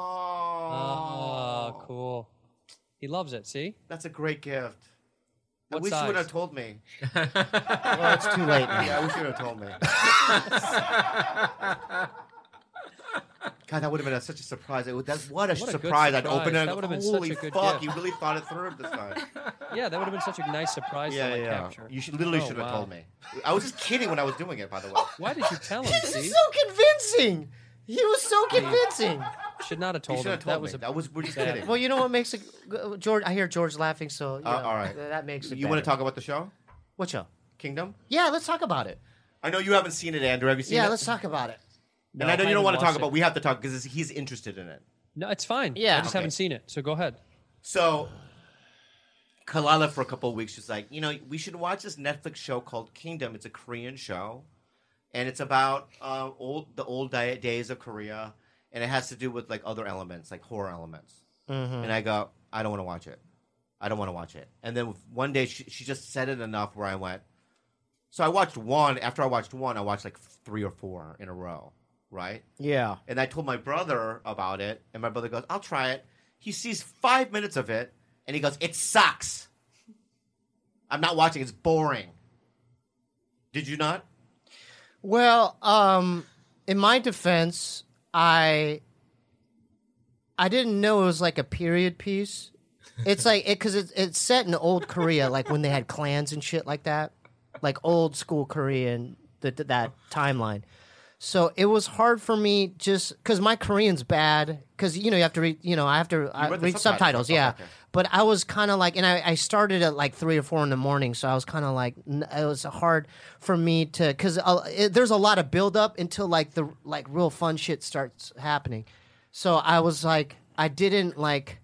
Oh, cool. He loves it. See,
that's a great gift. I
What
wish you
size?
would have told me.
Well, it's too late. now.
Yeah, I wish you would have told me. God, that would have been a, such a surprise. It would, that, what a
good
surprise. I'd
surprise.
open it
That
and
would have been such
holy
a good
fuck,
gift."
you really thought it through this time.
yeah, that would have been such a nice surprise
yeah,
to like,
yeah.
capture.
You should, literally
Oh,
should have
wow. Oh,
told me. I was just kidding when I was doing it, by the way.
Why did you tell him?
This is
Steve?
so convincing. He was so convincing.
Should not have
You
told
should
him.
have told
that was
me.
a
that was, we're just
bad-
kidding.
Well, you know what makes it uh, George? I hear George laughing, so you
Uh,
know,
all right.
th- that makes it.
you want to
better.
talk about the show?
What show?
Kingdom?
Yeah, let's talk about it.
I know you haven't seen it, Andrew. Have you seen
yeah,
it?
let's talk about it.
and I
I
know you don't
haven't
want to talk
watched
about
it.
We have to talk because he's interested in it.
no, it's fine.
Yeah.
I just
Okay.
haven't seen it. So go ahead.
So, Kalala for a couple of weeks she's like, you know, we should watch this Netflix show called Kingdom. It's a Korean show, and it's about uh, old the old di- days of Korea, and it has to do with like other elements, like horror elements. And I go, I don't want to watch it. I don't want to watch it. And then one day she, she just said it enough where I went. So I watched one. After I watched one, I watched like three or four in a row, right?
Yeah.
And I told my brother about it, and my brother goes, I'll try it. He sees five minutes of it, and he goes, It sucks. I'm not watching, it's boring. Did you not?
Well, um, in my defense, I I didn't know it was like a period piece. It's like it because it's it's set in old Korea, like when they had clans and shit like that, like old school Korean that that timeline. So it was hard for me just because my Korean's bad because you know you have to read you know I have to I
read
read,
the subtitles.
subtitles
Okay,
yeah,
okay.
But I was kind of like, and I, I started at like three or four in the morning, so I was kind of like, n- it was hard for me to, because there's a lot of buildup until like the like real fun shit starts happening. So I was like, I didn't like,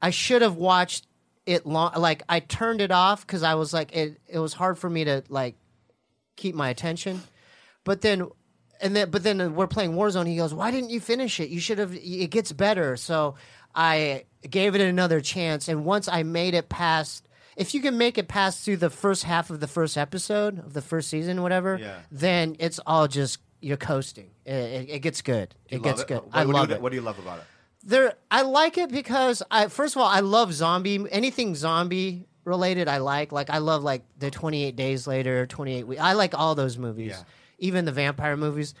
I should have watched it long. Like I turned it off because I was like, it it was hard for me to like keep my attention. But then, and then, but then we're playing Warzone. He goes, "Why didn't you finish it? You should have. It gets better." So I gave it another chance, and once I made it past. If you can make it past through the first half of the first episode of the first season, whatever,
Yeah.
then it's all just you're coasting. It, it, it gets good. It
love
gets good.
What,
I
what do you-
love it
What do you love about it?
there I like it because I first of all I love zombie anything zombie related I like like I love like the 28 days later 28 weeks I like all those movies
Yeah.
even the vampire movies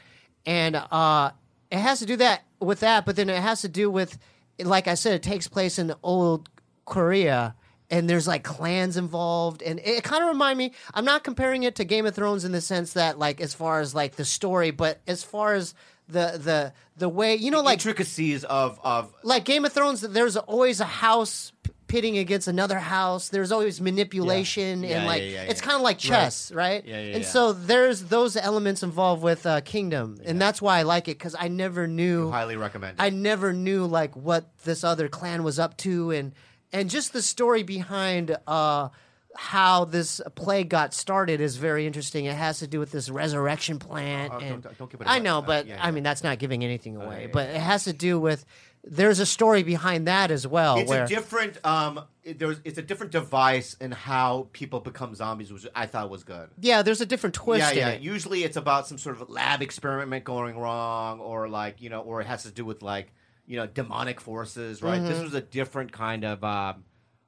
and uh it has to do that with that but then it has to do with like I said it takes place in old Korea and there's like clans involved and it kind of remind me I'm not comparing it to Game of Thrones in the sense that like as far as like the story but as far as the the the way you know like
Intricacies of of
like Game of Thrones, there's always a house p- pitting against another house. There's always manipulation
Yeah,
and
yeah,
like
yeah,
it's
yeah.
kind of like chess, right?
Yeah, yeah,
And
yeah.
so there's those elements involved with uh, Kingdom, and that's why I like it because I never knew.
highly recommended.
I never knew like what this other clan was up to, and and just the story behind uh, how this plague got started is very interesting. It has to do with this resurrection plant.
Oh,
and
don't- don't give it
I
away.
know,
Uh,
but
yeah,
I
yeah.
mean that's not giving anything away. But it has to do with there's a story behind that as well.
it's
where
a different um. It, there's it's a different device in how people become zombies, which I thought was good.
yeah, there's a different twist
yeah,
in
yeah.
it.
Usually it's about some sort of lab experiment going wrong, or like you know, or it has to do with like you know demonic forces, right?
Mm-hmm.
This was a different kind of um,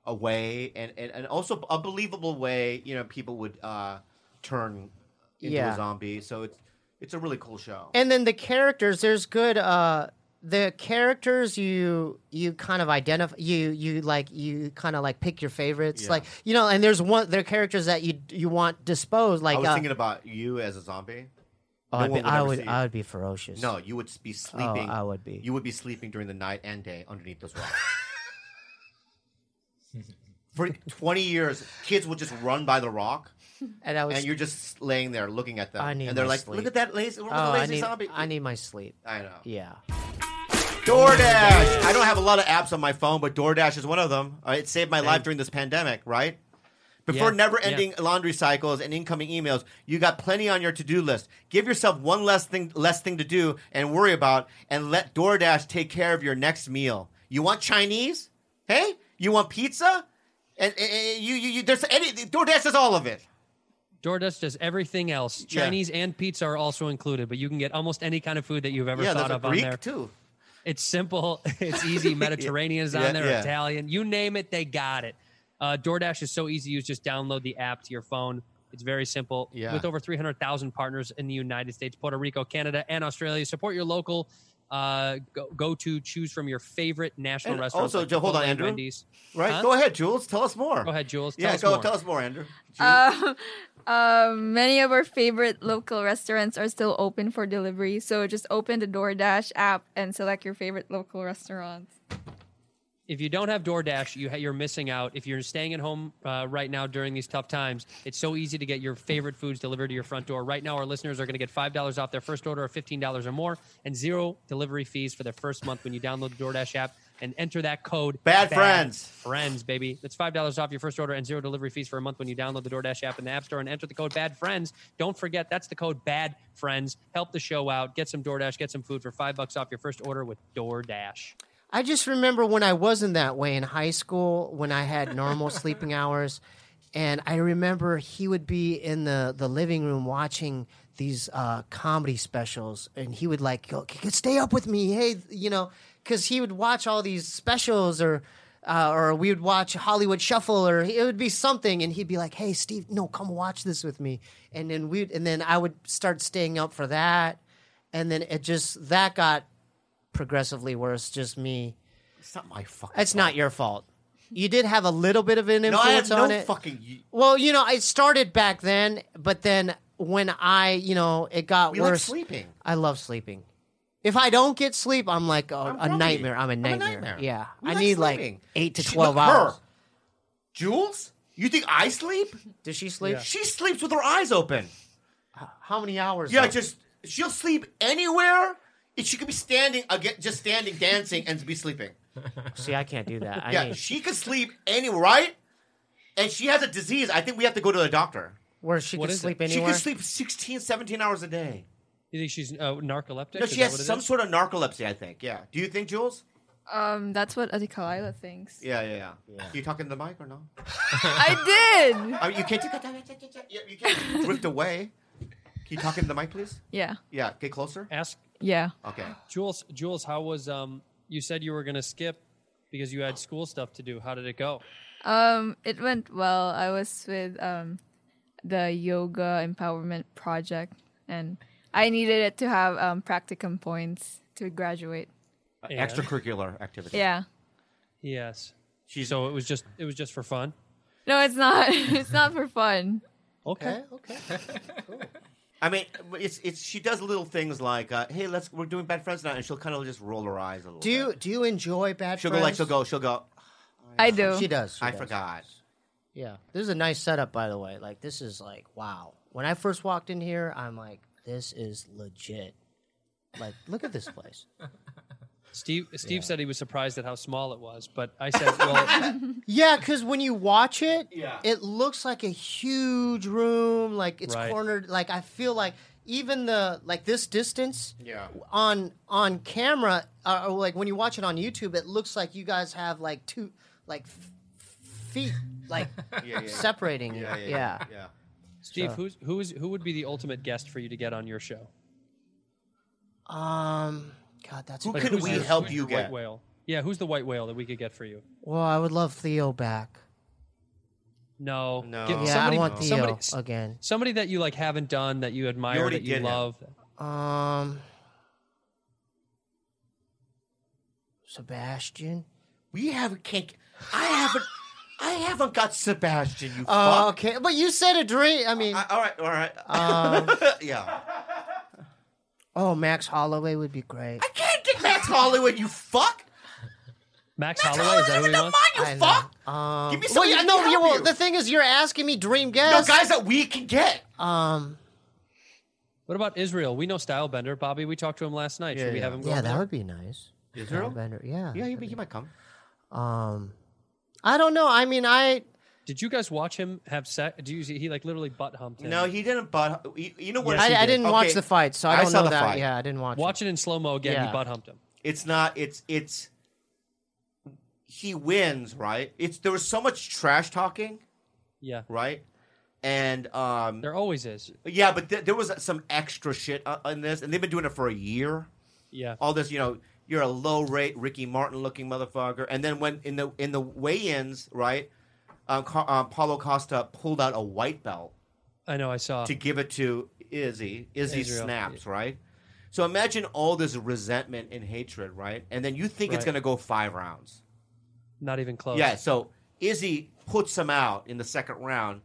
a way, and, and and also a believable way. You know, people would uh, turn into
Yeah.
a zombie. So it's it's a really cool show.
and then the characters there's good uh the characters you you kind of identify you you like you kind of like pick your favorites like you know and there's one there are characters that you you want disposed like
I was
uh,
thinking about you as a zombie.
oh,
no
I'd
one
be,
would
I
ever
would
see
I
you.
would be ferocious
No, you would be sleeping.
Oh, I would be.
You would be sleeping during the night and day underneath those rocks. For 20 years, kids would just run by the rock,
and I was
and you're just laying there looking at them.
I need
and they're
my
like,
sleep.
look at that lazy, look
oh,
at the
I
lazy
need
zombie.
I need my sleep
I know.
yeah
DoorDash. I don't have a lot of apps on my phone, but DoorDash is one of them. Uh, It saved my life during this pandemic, right? Before
Yeah,
never ending laundry cycles and incoming emails, you got plenty on your to do list. Give yourself one less thing less thing to do and worry about, and let DoorDash take care of your next meal. You want Chinese? Hey, you want pizza? And, and- and you, you, you, there's any DoorDash does all of it.
DoorDash does everything else.
Yeah.
Chinese and pizza are also included, but you can get almost any kind of food that you've ever
yeah,
thought
there's
of
a
on there.
Greek too.
It's simple. It's easy. Mediterranean's on
Yeah,
there.
yeah.
Italian. You name it, they got it. Uh, DoorDash is so easy to use. Just download the app to your phone. It's very simple.
Yeah.
With over 300,000 partners in the United States, Puerto Rico, Canada, and Australia, support your local. Uh, go, go to choose from your favorite national
And
restaurants.
also,
like
hold on,
Chipotle,
Andrew.
Wendy's.
Right?
Huh?
Go ahead, Jules. Tell us more.
Go ahead, Jules. Tell
yeah,
us
go
more.
tell us more, Andrew.
Um, um, many of our favorite local restaurants are still open for delivery, so just open the DoorDash app and select your favorite local restaurants.
if you don't have DoorDash, you ha- you're missing out. If you're staying at home uh, right now during these tough times, it's so easy to get your favorite foods delivered to your front door. Right now, our listeners are going to get five dollars off their first order of fifteen dollars or more, and zero delivery fees for their first month when you download the DoorDash app and enter that code
Bad friends.
friends baby that's five dollars off your first order and zero delivery fees for a month when you download the doordash app in the app store and enter the code bad friends don't forget that's the code bad friends help the show out get some doordash get some food for five bucks off your first order with doordash
I just remember when I wasn't that way in high school, when I had normal sleeping hours, and I remember he would be in the, the living room watching these uh, comedy specials, and he would like go, "K- "Stay up with me, hey," you know, because he would watch all these specials or. Uh, or we would watch Hollywood Shuffle, or it would be something, and he'd be like, "Hey, Steve, no, come watch this with me," and then we, would and then I would start staying up for that, and then it just that got progressively worse. Just me.
It's not my fucking.
It's not your fault. You did have a little bit of an
No, I
influence
have no
on it.
fucking.
well, you know, it started back then, but then when I, you know, it got
We like
worse.
sleeping.
I love sleeping. If I don't get sleep, I'm like oh,
I'm
a
grumpy.
nightmare. I'm a
I'm a
nightmare.
nightmare.
Yeah,
Who
I
likes
need
sleeping?
like eight to
She-
twelve
look, her.
hours.
Jules, you think I sleep?
Does she sleep?
She sleeps with her eyes open.
How many hours?
Yeah,
though?
just she'll sleep anywhere. And she could be standing again, just standing, dancing, and be sleeping.
see, I can't do that. I
yeah,
need
she could sleep anywhere, right? And she has a disease. I think we have to go to a doctor.
where she
What
can
is it?
sleep
She
anywhere.
could sleep 16, 17 hours a day.
You think she's uh, narcoleptic?
No,
Is
she
that what
has
it
some
is?
sort of narcolepsy, I think. Yeah. Do you think, Jules?
Um, that's what Adikalila thinks.
Yeah, yeah, yeah. You talking to the mic or no?
I did.
I mean, Oh, you can't do that. Yeah, You can't drift away. Can you talk into the mic, please?
Yeah.
Yeah, get closer.
Ask
Yeah.
Okay.
Jules. Jules, how was um? You said you were gonna skip because you had school stuff to do. How did it go?
Um, it went well. I was with um, the yoga empowerment project, and I needed it to have um, practicum points to graduate.
Yeah.
Extracurricular activity.
Yeah.
Yes. so it was just it was just for fun.
No, it's not. it's not for fun.
Eh,
Okay.
Okay. Cool. I mean, it's it's she does little things like, uh, hey, let's we're doing bad friends now, and she'll kind of just roll her eyes a little.
do you do you enjoy bad
She'll
friends?
go like she'll go she'll go.
I do.
She does. she
I
does.
forgot.
Yeah, this is a nice setup, by the way. Like this is like wow. When I first walked in here, I'm like, this is legit. Like, look at this place.
Steve Steve said he was surprised at how small it was, but I said, well,
Yeah, because when you watch it, it looks like a huge room. Like it's
Right.
cornered. Like I feel like even the like this distance. Yeah. On on camera, uh, or like when you watch it on YouTube, it looks like you guys have like two like f- feet like separating. Yeah.
yeah.
Steve, who's who is who would be the ultimate guest for you to get on your show?
Um. God, that's a
Who
good
Like,
can
who's
we
the-
help
who's
you
the white
get?
whale? Yeah, who's the white whale that we could get for you?
Well, I would love Theo back.
No,
No.
Get
Yeah,
somebody,
I want uh, Theo
somebody, s-
again.
somebody that you like haven't done that you admire
already
that you
did him.
love.
Um, Sebastian.
We haven't can't. I haven't. I haven't got Sebastian. You
Oh,
fuck.
okay, but you said a dream. I mean,
Uh, I- all right, all right.
Um.
yeah.
oh, Max Holloway would be great.
I can't get Max Hollywood. You fuck.
Max
Max
Holloway is that who he
Holloway's not
wants?
mine. You fuck.
know. Um,
Give me
well,
somebody
you
that
know,
can
you,
help
well,
you.
the thing is, you're asking me dream
No
guests.
guys that we can get.
Um,
What about Israel? We know Stylebender, Bobby. We talked to him last night. Should we have him? Go
yeah,
over
that
there?
would be nice.
Israel?
Bender, yeah.
Yeah, he, he might come.
Um, I don't know. I mean, I
Did you guys watch him have sex? Do you see he like literally butt humped him?
No, he didn't. But you, you know what?
Yes, he
I, I
did.
didn't
Okay,
watch the fight, so I
I
don't
saw
know
the
that.
fight.
Yeah, I didn't watch.
Watch it in slow mo again.
Yeah.
He butt humped him.
It's not. It's it's. He wins, right? It's there was so much trash talking,
Yeah,
right? And um,
there always is.
yeah, but th- there was some extra shit uh, in this, and they've been doing it for a year.
Yeah,
all this, you know, you're a low rate Ricky Martin looking motherfucker. And then when in the in the weigh-ins, right? Um, Ca- um, Paulo Costa pulled out a white belt
I know. I saw.
to give it to Izzy. Izzy
Israel.
snaps, right? So imagine all this resentment and hatred, right? And then you think it's
Right. Oh.
going to go five rounds.
Not even close.
Yeah, so Izzy puts him out in the second round,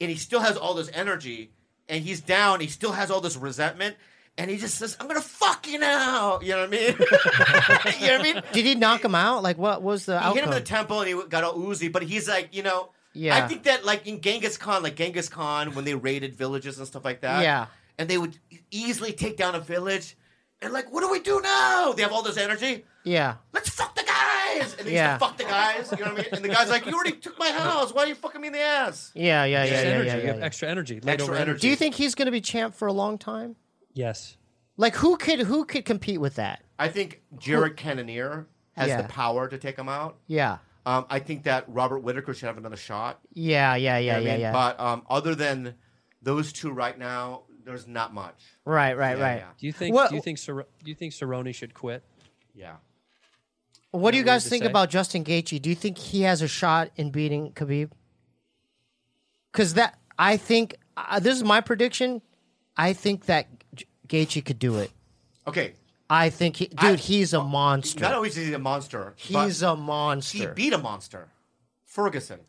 and he still has all this energy, and he's down, he still has all this resentment, and he just says, I'm gonna fuck you now. You know what I mean? you know what I mean?
Did he knock him out? Like, what was the
He
outcome?
hit him in the temple and he got all oozy, but he's like, you know,
Yeah.
I think that like in Genghis Khan, like Genghis Khan, when they raided villages and stuff like that,
Yeah.
and they would e-, easily take down a village, and like, what do we do now? They have all this energy
yeah.
let's fuck the guys. And they
Yeah.
used to fuck the guys. You know what I mean? And the guy's like, you already took my house. Why are you fucking me in the ass?
Yeah, yeah, yeah,
Just
yeah,
energy.
yeah,
You
yeah,
have
yeah.
extra energy. Laid
Extra
over
energy.
Do you think he's going to be champ for a long time?
Yes.
Like who could who could compete with that?
I think Jared Cannonier has
Yeah.
the power to take him out.
Yeah,
Um, I think that Robert Whitaker should have another shot.
yeah, yeah, yeah,
You know what
yeah,
I mean?
yeah.
But um, other than those two right now, there's not much.
right, right,
Yeah,
right.
yeah.
Do you think?
What-
do you think? Cer- do you think Cerrone should quit?
Yeah.
What do you guys
to
think
say.
about Justin Gaethje? Do you think he has a shot in beating Khabib? Because that I think uh, this is my prediction. I think that G- Gaethje could do it.
Okay.
I think he, dude,
I-
he's a
Not
monster.
always is he a monster. but
He's a
he
monster.
beat a monster. Ferguson.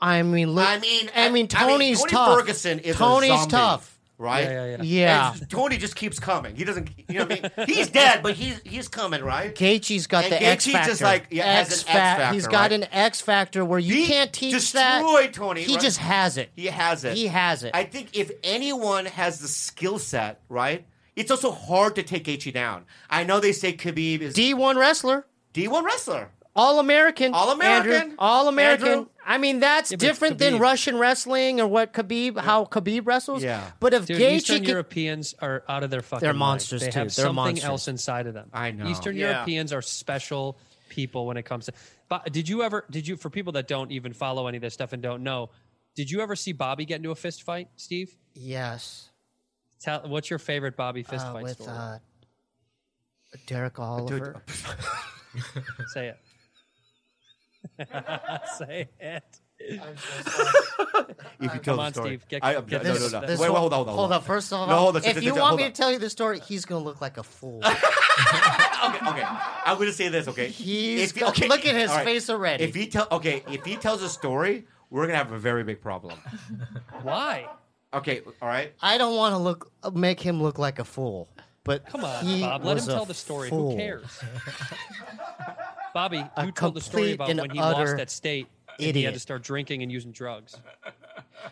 I mean, look,
I mean,
I mean, Tony's
Tony
tough.
Ferguson is a
Tony's
zombie,
tough.
right?
Yeah, yeah,
Yeah.
And Tony just keeps coming. He doesn't, you know what I mean? He's dead, but he's he's coming, right?
Gaethje's got
And
the X
Gaethje
factor.
just, like, yeah, has an X factor,
He's got
right?
an X factor where you
He
can't teach
destroyed
that.
Tony,
He
right?
just has it.
He has it.
He has it.
I think if anyone has the skill set, right? It's also hard to take Gaethje down. I know they say Khabib is
D1 wrestler,
D1 wrestler.
All American,
All-American.
Andrew, All American.
Andrew.
I mean, that's
Yeah, but
different than
Khabib-
Russian wrestling or what Khabib, how Khabib wrestles.
Yeah.
But if
Dude,
Gaethje
Eastern
can,
Europeans are out of their fucking.
They're
mind.
monsters,
They
too. They're
have something
monsters.
else inside of them.
I know.
Eastern
Yeah.
Europeans are special people when it comes to. But did you ever? Did you? For people that don't even follow any of this stuff and don't know, did you ever see Bobby get into a fist fight, Steve?
yes,
Tell what's your favorite Bobby fist
uh,
fight
with
story?
uh, Derek Oliver.
Say it. Say it.
If you
Come
tell the
on,
story.
Steve. Get-
I,
get
no, no,
this-
no.
this
Wait, wait,
whole-
hold on, hold on.
Hold on. First of all,
No, hold on.
if
Just-
you
just-
want
hold
me
on.
to tell you the story, he's gonna look like a fool.
okay, okay. I'm gonna say this, okay?
He's
If he-
got- look at his
all
face already.
If he tell, okay, if he tells a story, we're gonna have a very big problem.
Why?
Okay, all right.
I don't want to look make him look like a fool. But
Come on,
he
Bob. Let him
was a
tell the story.
fool.
Who cares? Bobby, you
A
told the story
complete
about
and
when he
utter
lost at state and he had
idiot.
to start drinking and using drugs.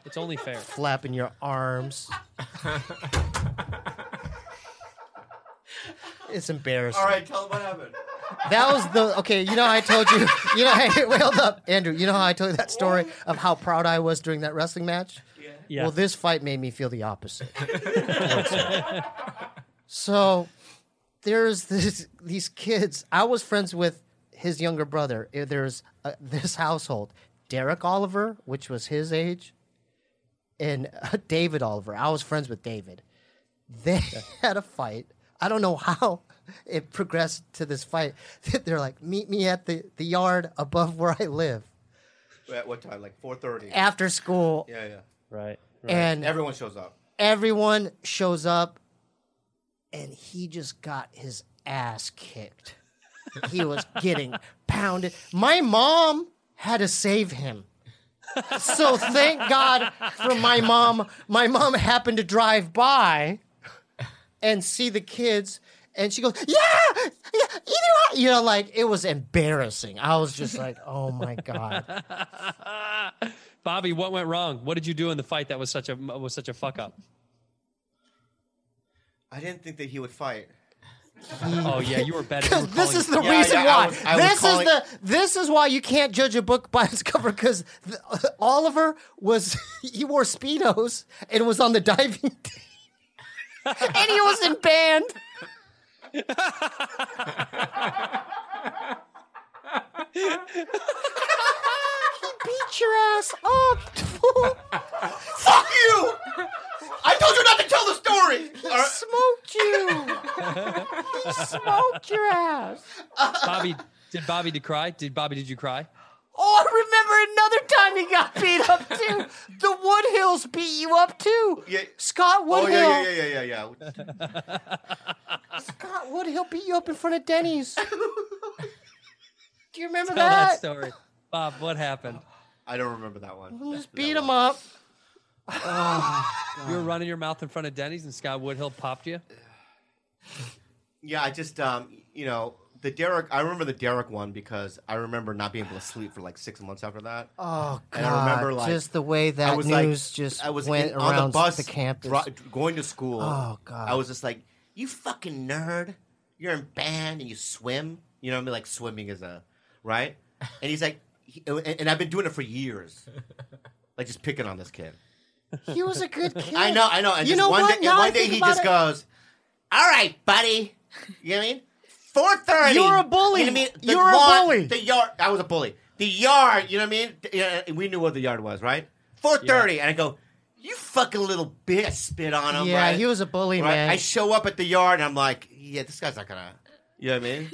It's only fair.
Flapping your arms. it's embarrassing.
All right, tell him what happened.
That was the okay. You know, I told you. You know, hey, wait, hold up, Andrew. You know how I told you that story of how proud I was during that wrestling match.
Yeah.
Well, this fight made me feel the opposite. towards him. so there's this these kids. I was friends with his younger brother. Eh, There's uh, this household, Derek Oliver, which was his age, and uh, David Oliver. I was friends with David. They had a fight. I don't know how it progressed to this fight. They're like, meet me at the, the yard above where I live
At what time? Like 4:30.
after school.
Yeah, yeah.
Right.
And
Everyone shows up.
everyone shows up and he just got his ass kicked. He was getting pounded. My mom had to save him. So thank God for my mom. My mom happened to drive by and see the kids and she goes, "Yeah! yeah either one." you know like it was embarrassing. I was just like, "Oh my god."
Bobby, what went wrong? What did you do in the fight that was such a was such a fuck up?
I didn't think that he would fight.
Oh yeah, you were better. You
Because
were
this
calling-
is the
Yeah,
reason
yeah, I
why.
was- I was
this
calling-
is the this is why you can't judge a book by its cover. Because Oliver was he wore speedos and was on the diving team, and he was in band. he beat your ass up. fool.
Fuck you! I told you not to tell the story. All
He
right.
smoked you. he smoked your ass.
Bobby. Did Bobby to cry? Did Bobby? Did you cry?
Oh, I remember another time he got beat up too. The Woodhills beat you up too.
Yeah.
Scott Woodhill.
Oh yeah, yeah, yeah, yeah, yeah.
Scott Woodhill beat you up in front of Denny's. Do you remember
Tell that
that?
story, Bob. What happened?
I don't remember that one.
Just beat him up.
You were running your mouth in front of Denny's, and Scott Woodhill popped you.
Yeah, I just um, you know, the Derek. I remember the Derek one because I remember not being able to sleep for like six months after that.
Oh God!
And I remember, like,
just the way that
I was like,
news just
I was
went
in-
around
on the bus
campus.
dri- going to school.
Oh, God.
I was just like, you fucking nerd. You're in band and you swim. You know what I mean? Like swimming is a right. And he's like, he- and, and I've been doing it for years. Like just picking on this kid.
he was a good kid.
I know, I know. And
you
just
know
one
what?
day, and
Now I
one day
think
he
about
just
it-
goes, "All right, buddy." You know what I mean? Four thirty.
You're a bully.
You know what I mean? The
You're a
lawn-
bully.
The yard. I was a bully. The yard. You know what I mean? The- yeah, we knew what the yard was, right? Four thirty, and I go, "You fucking little bitch!" I Spit on him.
Yeah,
um, right?
he was a bully,
Right?
man.
I show up at the yard, and I'm like, "Yeah, this guy's not gonna." You know what I mean?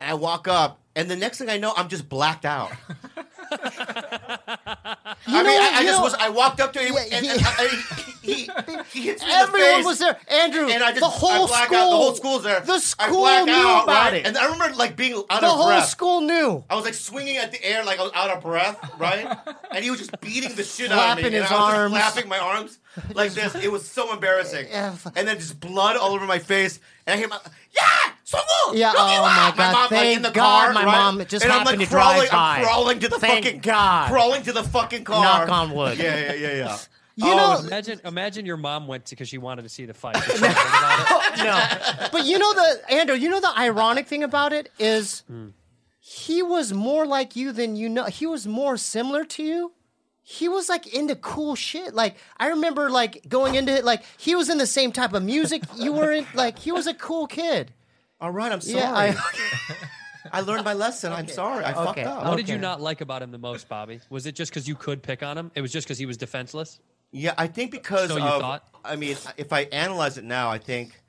And I walk up, and the next thing I know, I'm just blacked out.
you
I mean,
know what?
I, I
You
just
know-
was. I walked up to him,
Yeah,
and,
he-
and I- I- he, he, he hits me in the
Everyone
face,
was there. Andrew,
and I just
the whole
I black
school,
out. The whole school's there.
The
I
school
black
knew
out,
about
right?
it.
And I remember like being out
the
of
whole
breath.
school knew.
I was like swinging at the air like I was out of breath, right? and he was just beating the shit out of me.
Flapping
and
his
I was
arms.
Just flapping my arms like this. It was so embarrassing.
Yeah.
And then just blood all over my face. And I hear my yeah, Sungwoo,
Yeah,
Yogi
oh
Wa!"
my God,
mom like
thank
in the
God
car.
my
right?
mom
and
just
I'm
happened
like
to
crawling,
drive
I'm
by.
crawling to the
Thank
fucking
God.
crawling to the fucking car.
Knock on wood.
Yeah, yeah, yeah, yeah.
You
Oh,
know,
imagine, imagine your mom went to because she wanted to see the fight. Did she hear about it?
no. But you know the Andrew. You know the ironic thing about it is, he was more like you than you know. He was more similar to you. He was like into cool shit. Like I remember, like going into it. Like he was in the same type of music you were in. Like he was a cool kid.
All right, I'm sorry.
Yeah,
I,
I,
learned my lesson. I'm sorry. I
Okay.
fucked up.
What did you
Okay.
not like about him the most, Bobby? Was it just because you could pick on him? It was just because he was defenseless.
Yeah, I think because
So you
of
thought?
I mean, if I analyze it now, I think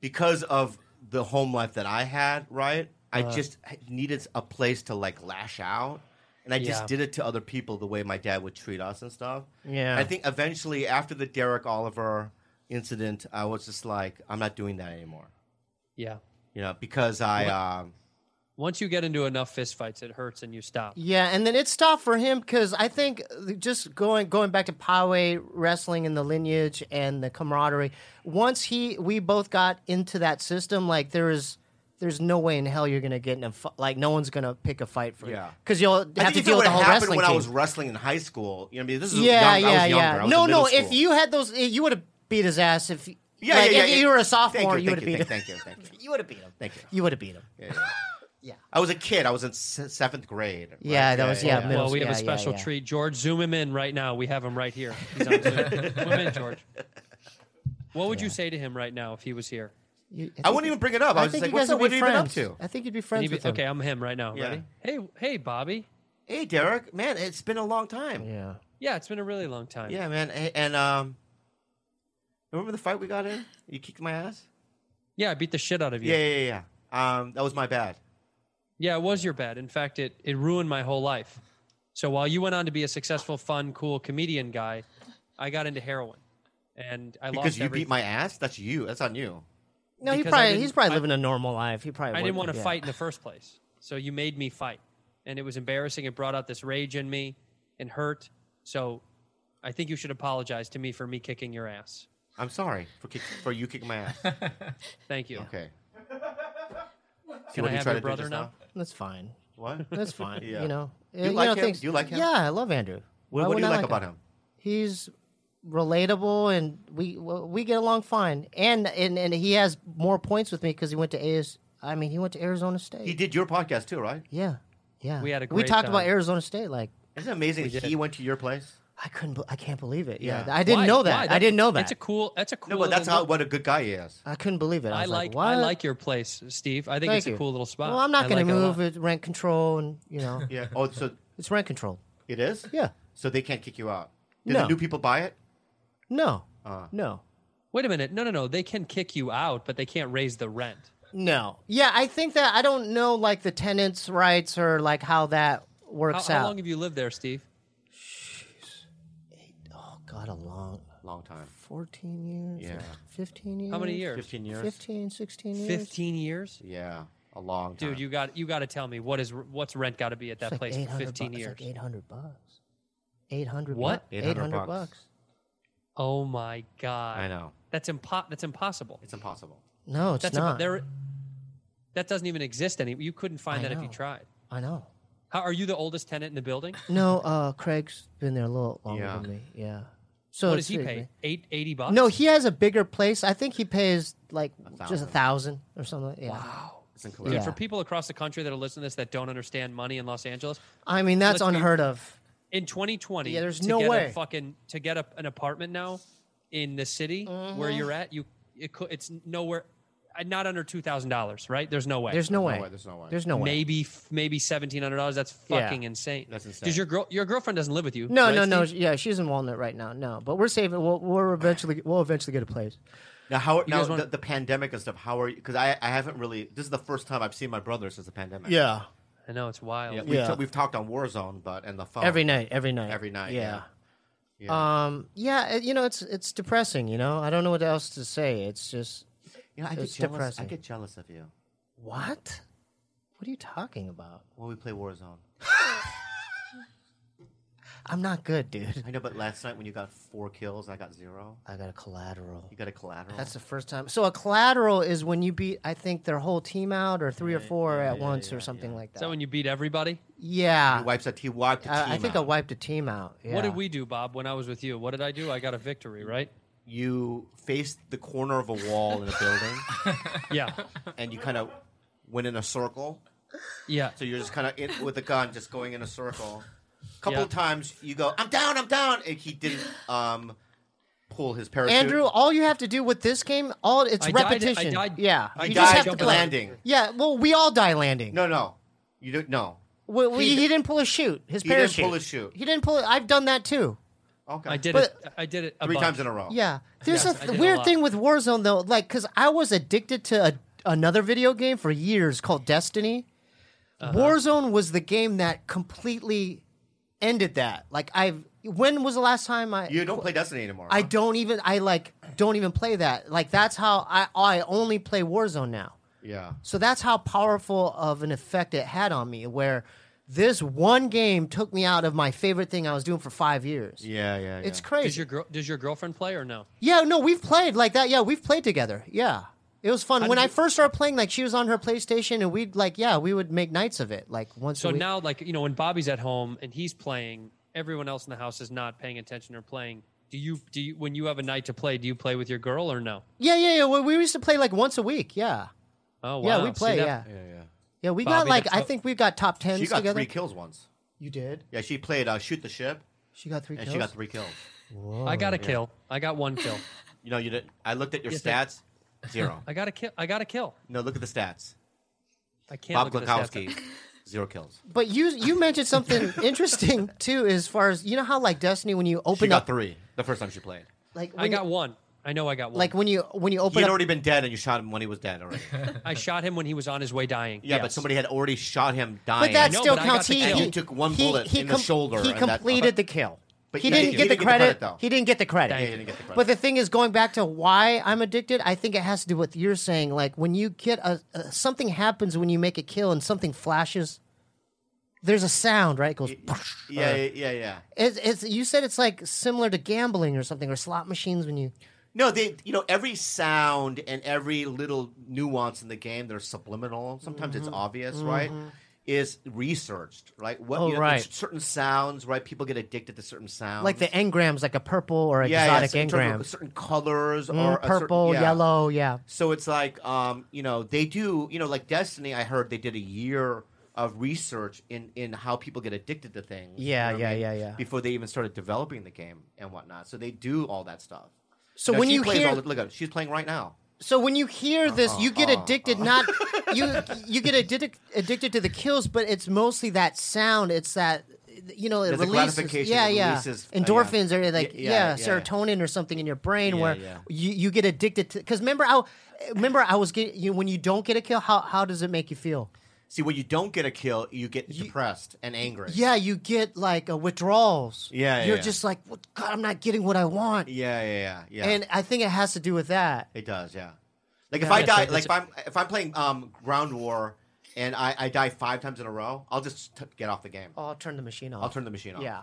because of the home life that I had, right? I
Uh-huh.
just needed a place to like lash out, and I just
Yeah.
did it to other people the way my dad would treat us and stuff.
Yeah.
I think eventually after the Derek Oliver incident, I was just like, I'm not doing that anymore.
Yeah.
You know, because I um,
Once you get into enough fistfights, it hurts and you stop.
Yeah, and then it's tough for him because I think uh, just going going back to Poway wrestling and the lineage and the camaraderie. Once he we both got into that system, like there is there's no way in hell you're gonna get in a fu- like no one's gonna pick a fight for you
Yeah.
because you'll have
I
to
think
deal
what
with the whole
happened
wrestling
when I
team.
was wrestling in high school. You know, what I mean, this is
yeah,
young, I
yeah,
was younger. I
yeah.
was
No,
in
no.
middle
If
school.
you had those, eh, you would have beat his ass. If yeah,
yeah, yeah, yeah,
if
yeah.
you were a
Thank
sophomore, you,
thank
would have beat him.
Thank you, thank you, thank you.
You would have beat him.
Thank you.
You would have beat him.
Yeah. I was a kid. I was in se- seventh grade. right?
Yeah, that was- yeah, middle-
Well, we have a
yeah, yeah,
special
yeah.
treat. George, zoom him in right now. We have him right here. He's on Zoom. Zoom in, George. What would you say to him right now if he was here?
I
You- think
wouldn't
you-
even bring it up. I,
I
was just
think
like,
you guys
"What's up?
would
What
be
are you even up
friends.
to?"
I think you'd be
And he'd
friends
be-
with him.
okay, I'm him right now.
Yeah.
Ready? Hey, hey, Bobby.
Hey, Derek, man, it's been a long time. Yeah,
Yeah.
Yeah, it's been a really long time.
man, a- and um, remember the fight we got in? You kicked my ass.
Yeah, I beat the shit out of you.
Yeah, yeah, yeah. yeah. Um, that was my bad.
Yeah, it was your bad. In fact, it, it ruined my whole life. So while you went on to be a successful, fun, cool comedian guy, I got into heroin. And I
Because
lost
you
every-
beat my ass. That's you. That's on you.
No, he
Because I
probably
didn't-
he's probably
I-
living a normal life. He probably
I didn't
wouldn't-
want to
yeah.
fight in the first place. So you made me fight. And it was embarrassing. It brought out this rage in me and hurt. So I think you should apologize to me for me kicking your ass.
I'm sorry for kick- for you kicking my ass.
Thank you.
Okay. See
Can
what
I
you
have
tried
your
to do
brother
just
now?
That's fine.
What?
That's fine.
Yeah.
You know.
you like him?
things-
Do you like him?
Yeah, I love Andrew.
What,
Why
what do
wouldn't
you
I
like about him?
He's relatable, and we well, we get along fine. And and, and he has more points with me because he went to AS. I mean, he went to Arizona State.
He did your podcast too, right?
Yeah, yeah.
We had a
we
great
talked about
time.
Arizona State. Like
Isn't it amazing he went to your place?
I couldn't. be- I can't believe it. Yeah,
Yeah.
I didn't
Why?
know
Why?
that. I didn't know that.
That's a cool. That's a cool.
No, but that's
little
how what a good guy he is.
I couldn't believe it. I,
I
was
like.
what?
I like your place, Steve. I think
Thank
it's a
you.
cool little spot.
Well, I'm not
I like
going
it
to
a
move
lot.
it. Rent control, and you know,
Yeah. Oh, so
it's rent controlled.
it is.
Yeah.
So they can't kick you out. Did the
No.
new people buy it?
No.
Ah.
no.
Wait a minute. No, no, no. They can kick you out, but they can't raise the rent.
No. Yeah, I think that I don't know like the tenants' rights or like how that
How,
works
how
out.
long have you lived there, Steve?
oh God, a long
Long time.
fourteen years.
Yeah.
Fifteen years.
How many years?
Fifteen years.
15, 16 years.
Fifteen years.
Yeah, a long time.
Dude, you got you got to tell me what is what's rent got to be at that
It's like
place
eight
for
hundred.
fifteen years?
It's like eight hundred bucks. Eight hundred.
What?
Eight
800
hundred
bucks.
bucks.
oh my god!
I know.
That's impo- That's impossible.
It's impossible.
No, it's
that's impo-
not.
there. That doesn't even exist any. You couldn't find
I
that if you
know.
tried.
I know.
How are you the oldest tenant in the building?
No, uh, Craig's been there a little longer
Yeah.
than me. Yeah. So
what does
it's
he
big,
pay?
man.
Eight eighty bucks.
No, he has a bigger place. I think he pays like just a
thousand.
thousand or something. Yeah.
It's incredible.
Dude,
Yeah.
for people across the country that are listening to this that don't understand money in Los Angeles,
I mean, that's
Let's be-
unheard of.
in 2020,
Yeah, there's
to
no
get
way.
a fucking to get a, an apartment now in the city where
Mm-hmm.
you're at, you it, cou- it's nowhere, uh, not under two thousand dollars, right? There's no way.
There's no, way.
way, there's no way.
There's no way.
maybe f- maybe seventeen hundred dollars. That's
Yeah.
fucking insane.
That's insane.
Because your girl, your girlfriend doesn't live with you.
No,
right,
no, no.
Steve?
Yeah, she's in Walnut right now. No, but we're saving. We'll, we'll eventually. We'll eventually get a place.
Now, how now
guys
the,
want-
the pandemic and stuff? How are you? Because I, I haven't really. This is the first time I've seen my brother since the pandemic.
Yeah.
I know it's wild.
yeah. We've,
Yeah.
we've talked on Warzone, but and the phone
Every night. Every night.
Oh. Every night,
Yeah.
yeah.
Um, yeah, it- you know, it's it's depressing. You know, I don't know what else to say. It's just
You know, I get
It's
jealous.
depressing.
I get jealous of you
what? What are you talking about?
when we play Warzone.
I'm not good, dude.
I know, but last night when you got four kills, I got zero.
I got a collateral.
You got a collateral.
That's the first time. So a collateral is when you beat, I think, their whole team out, or three or four at once, or something like that.
Is that when you beat everybody?
yeah,
he wipes that. He wiped. The
I, I
team
think
out.
I wiped a team out. Yeah.
What did we do, Bob, when I was with you? What did I do? I got a victory, right?
you faced the corner of a wall in a building,
Yeah.
and you kind of went in a circle.
Yeah.
So you're just kind of in with a gun, just going in a circle. A couple
Yeah.
of times you go, "I'm down, I'm down," and he didn't um, pull his parachute.
Andrew, all you have to do with this game, all it's
I died- I
repetition.
died-
yeah,
I
he
you
you
just
died
have to
jumping.
collect-
landing.
Yeah, well, we all die landing.
No, no, you don't. No.
Well, well,
He-
he, didn't pull a shoot. His
He didn't
parachute.
pull his chute.
He didn't pull. it. I've done that too.
Okay.
I did
But-
it. I did it a
three
bunch.
times in a row.
Yeah, there's
Yes, I
a
did
th-
a
weird
lot.
thing with Warzone though, like because I was addicted to a, another video game for years called Destiny.
Uh-huh.
Warzone was the game that completely ended that. Like I've when was the last time I
You don't play Destiny anymore.
I
huh?
don't even I like don't even play that. Like that's how I I only play Warzone now.
Yeah.
So that's how powerful of an effect it had on me. Where this one game took me out of my favorite thing I was doing for five years.
Yeah, yeah.
It's
yeah.
crazy.
Does your girl? Does your girlfriend play or no?
Yeah, no, we've played like that. Yeah, we've played together. Yeah. It was fun.
How
when
did
I
you-
first started playing, like she was on her PlayStation and we'd like, yeah, we would make nights of it. Like once
So
a week.
now, like you know, when Bobby's at home and he's playing, everyone else in the house is not paying attention or playing. Do you? Do you? When you have a night to play, do you play with your girl or no?
Yeah, yeah, yeah. We, we used to play like once a week. Yeah.
Oh wow.
Yeah, we
See,
play,
that-
yeah. Yeah, we got
Bobby,
like
that's
I
what-
think we got top tens
She got
together.
three kills once.
You did?
Yeah, she played uh, shoot the ship,
She got three
and
kills.
she got three kills.
I
Oh,
got a kill. I got one kill.
You know, you did. I looked at your
Yes, I-
stats. Zero.
I got a kill. I got a kill.
No, look at the stats.
I can't.
Bob
look at the stats.
Glukowski, zero kills.
But you you mentioned something interesting too as far as you know how like Destiny when you
She
open
got
up
three the first time she played.
like when
I got
you,
one. I know I got one.
like when you when you
He
open
had
up
already been dead, and you shot him when he was dead already. Yeah,
I shot him when he was on his way dying.
but
Yes.
somebody had already shot him dying.
But that
know,
still
but I got
counts.
the
He,
kill.
he
You
took one bullet in the shoulder
He
and that-
completed the kill.
But
he
you
didn't
didn't-
get
you
the
didn't get the
credit.
credit, though.
he didn't get the credit.
Dang, you didn't get the credit.
But the thing is, going back to why I'm addicted, I think it has to do with you're saying. Like when you get a, a something happens when you make a kill and something flashes. There's a sound, right? It goes.
yeah, yeah, yeah, yeah.
It's, it's you said it's like similar to gambling or something or slot machines when you.
No, they. You know, every sound and every little nuance in the game, they're subliminal. Sometimes it's obvious, right? Is researched, Mm-hmm. right? What
Oh,
you know,
right.
certain sounds, right? People get addicted to certain sounds,
Like the engrams, like a purple or exotic
certain- certain-
engram,
certain colors or
Mm,
a certain-
purple,
yeah.
yellow, yeah.
So it's like, um, you know, they do, you know, like Destiny. I heard they did a year of research in in how people get addicted to things. you
Yeah,
know what I
yeah,
mean?
yeah, yeah.
Before they even started developing the game and whatnot, so they do all that stuff.
So
Now,
when
she
you
plays
hear,
all the, look at her, she's playing right now.
So when you hear
Uh-huh,
this, you get addicted. Not you. You get addicted addicted to the kills, but it's mostly that sound. It's that you know it
There's a
releases.
gratification,
yeah,
it
yeah.
releases, uh, yeah.
Endorphins or like
Y- yeah,
yeah,
yeah, yeah.
serotonin or something in your brain
Yeah,
where
yeah.
you, you get addicted to. Because remember, I remember I was getting you when you don't get a kill. How how does it make you feel?
See, when you don't get a kill, you get depressed and angry.
Yeah, you get like uh, withdrawals.
Yeah,
you're
yeah.
just like "What- God. I'm not getting what I want,
yeah, yeah, yeah. yeah.
and I think it has to do with that.
It does, yeah. Like if I
that's
die,
right,
like
that's
if I'm if I'm playing um Ground War and I, I die five times in a row, I'll just t- get off the game.
Oh, I'll turn the machine off.
I'll turn the machine off.
Yeah.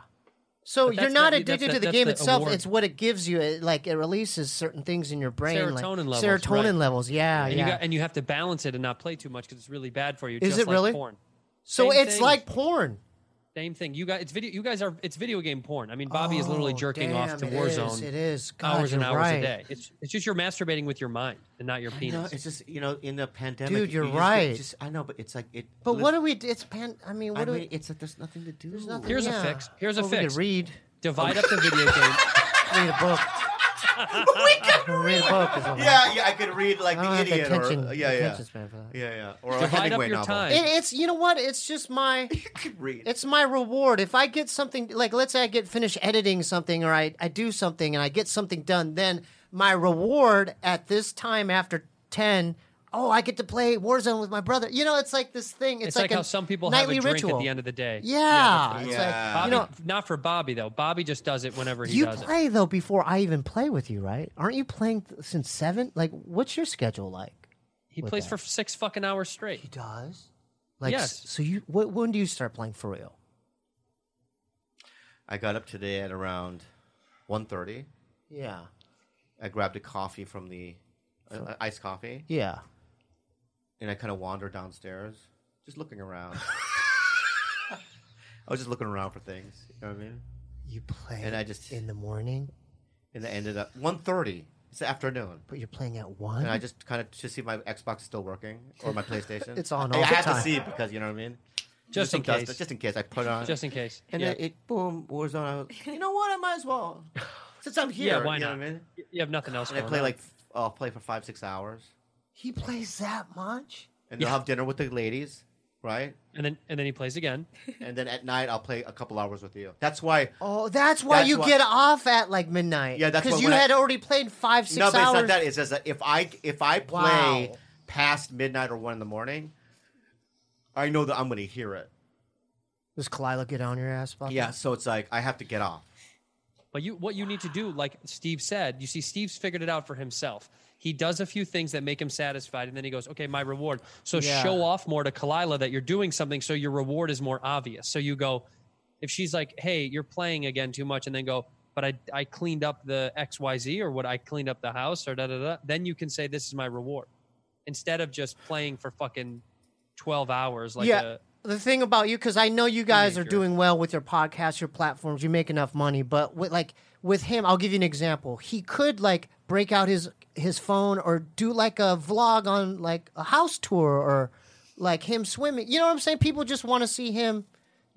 So
But
you're
that's
not
the- that's
addicted
the-
to the
that's
game
the
itself.
award.
It's what it gives you. It, like it releases certain things in your brain,
Serotonin
like
levels,
serotonin
right.
levels. Yeah,
And
yeah.
you got, and you have to balance it and not play too much because it's really bad for you.
Is
just
it
like
really?
Porn.
so
same
it's
thing.
like porn.
Same thing. You guys, it's video. You guys are. It's video game porn. I mean, Bobby is literally
Oh,
jerking
damn,
off to
it
Warzone.
is, it is. God,
hours and
you're
hours
right.
a day. It's it's just you're masturbating with your mind and not your
You know,
penis.
it's just you know in the pandemic,
Dude, you're
you just get-
right.
just- I know, but it's like it.
But what do
do
we? It's pan. I mean, what
I
do
mean,
we?
it's like there's nothing to do.
there's nothing-
Here's a
yeah.
fix. Here's a
Well, we could
fix.
read.
Divide up the video game.
Read a book. read a book. Is what
Yeah, yeah, I could read like
I don't
the
have the
idiot
attention,
or uh, yeah, yeah,
attention span for that.
yeah, yeah, or a
Divide up
Hemingway
your
novel.
time.
It, it's you know what? It's just my.
You could read.
It's my reward. If I get something like let's say I get finished editing something or I, I do something and I get something done, then my reward at this time after ten oh, I get to play Warzone with my brother. You know, it's like this thing. It's,
It's, like,
a
how some people have a
nightly
drink
ritual.
at the end of the day.
Yeah, it's
Yeah.
like
Bobby,
you know,
not for Bobby though. Bobby just does it whenever he
you
does it.
play though before I even play with you, right? Aren't you playing th- since seven? Like, what's your schedule like?
He
with
plays
that.
for six fucking hours straight.
He does. Like,
Yes.
s- so you wh- when do you start playing for real?
I got up today at around 1.30.
Yeah,
I grabbed a coffee from the uh, iced coffee,
yeah.
and I kind of wandered downstairs, just looking around. I was just looking around for things. You know what I mean?
You play
And I just-
in the morning,
And I ended up 1.30. It's the afternoon.
but you're playing at one.
And I just kind of to see if my Xbox is still working or my PlayStation.
It's on
I,
all
I
the
have
time.
to see because you know what I mean.
Just in
dust-
case.
just in case, I put it on.
Just in case.
And
yeah.
then it boom Warzone. I was, you know what? I might as well since I'm here.
why
you know
not?
what I mean?
you have nothing else.
And I
going
play
on.
like f- I'll play for five six hours,
he plays that much.
and then I'll have dinner with the ladies, right?
and then and then he plays again.
and then at night I'll play a couple hours with you. That's why.
Oh, that's why
That's
you
why-
get off at like midnight.
Yeah, that's
because
why
you
when I-
had already played five, six
no, but
hours.
it's not that. It's just that if I if I play
Wow.
past midnight or one in the morning, I know that I'm going to hear it.
Does Kalila get on your ass, Bob?
Yeah, so it's like I have to get off.
But you, what you need to do, like Steve said, you see, Steve's figured it out for himself. He does a few things that make him satisfied, and then he goes, "Okay, my reward." So
Yeah.
show off more to Kalila that you're doing something, so your reward is more obvious. So you go, if she's like, "Hey, you're playing again too much," and then go, "But I, I cleaned up the X Y Z, or what? I cleaned up the house, or da da da." Then you can say, "This is my reward," instead of just playing for fucking twelve hours. Like,
yeah.
a,
the thing about you, because I know you guys are
Teenager.
doing well with your podcast, your platforms, you make enough money. But with, like with him, I'll give you an example. He could like break out his his phone or do like a vlog on like a house tour or like him swimming. You know what I'm saying? People just want to see him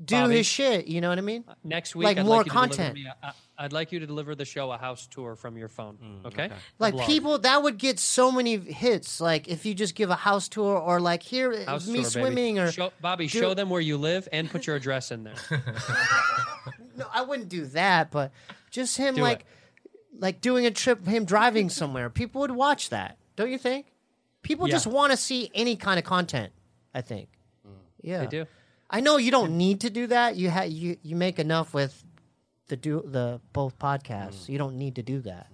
do
Bobby.
his shit. You know what I mean?
next week,
Like
I'd
more
like you to deliver
content.
me a- I- I'd like you to deliver the show a house tour from your phone. Mm, okay.
Like
Vlog.
people that would get so many hits. Like if you just give a house tour or like here is
House tour,
me
baby.
swimming or
show, Bobby,
do-
show them where you live and put your address in there.
No, I wouldn't do that, but just him
Do
like
it.
like doing a trip, him driving somewhere. People would watch that, don't you think? People
Yeah. Mm.
just want to see any kind of content. I think. Yeah,
They do.
I know you don't need to do that. You ha- you you make enough with the do the both
Mm.
podcasts. You don't need to do that.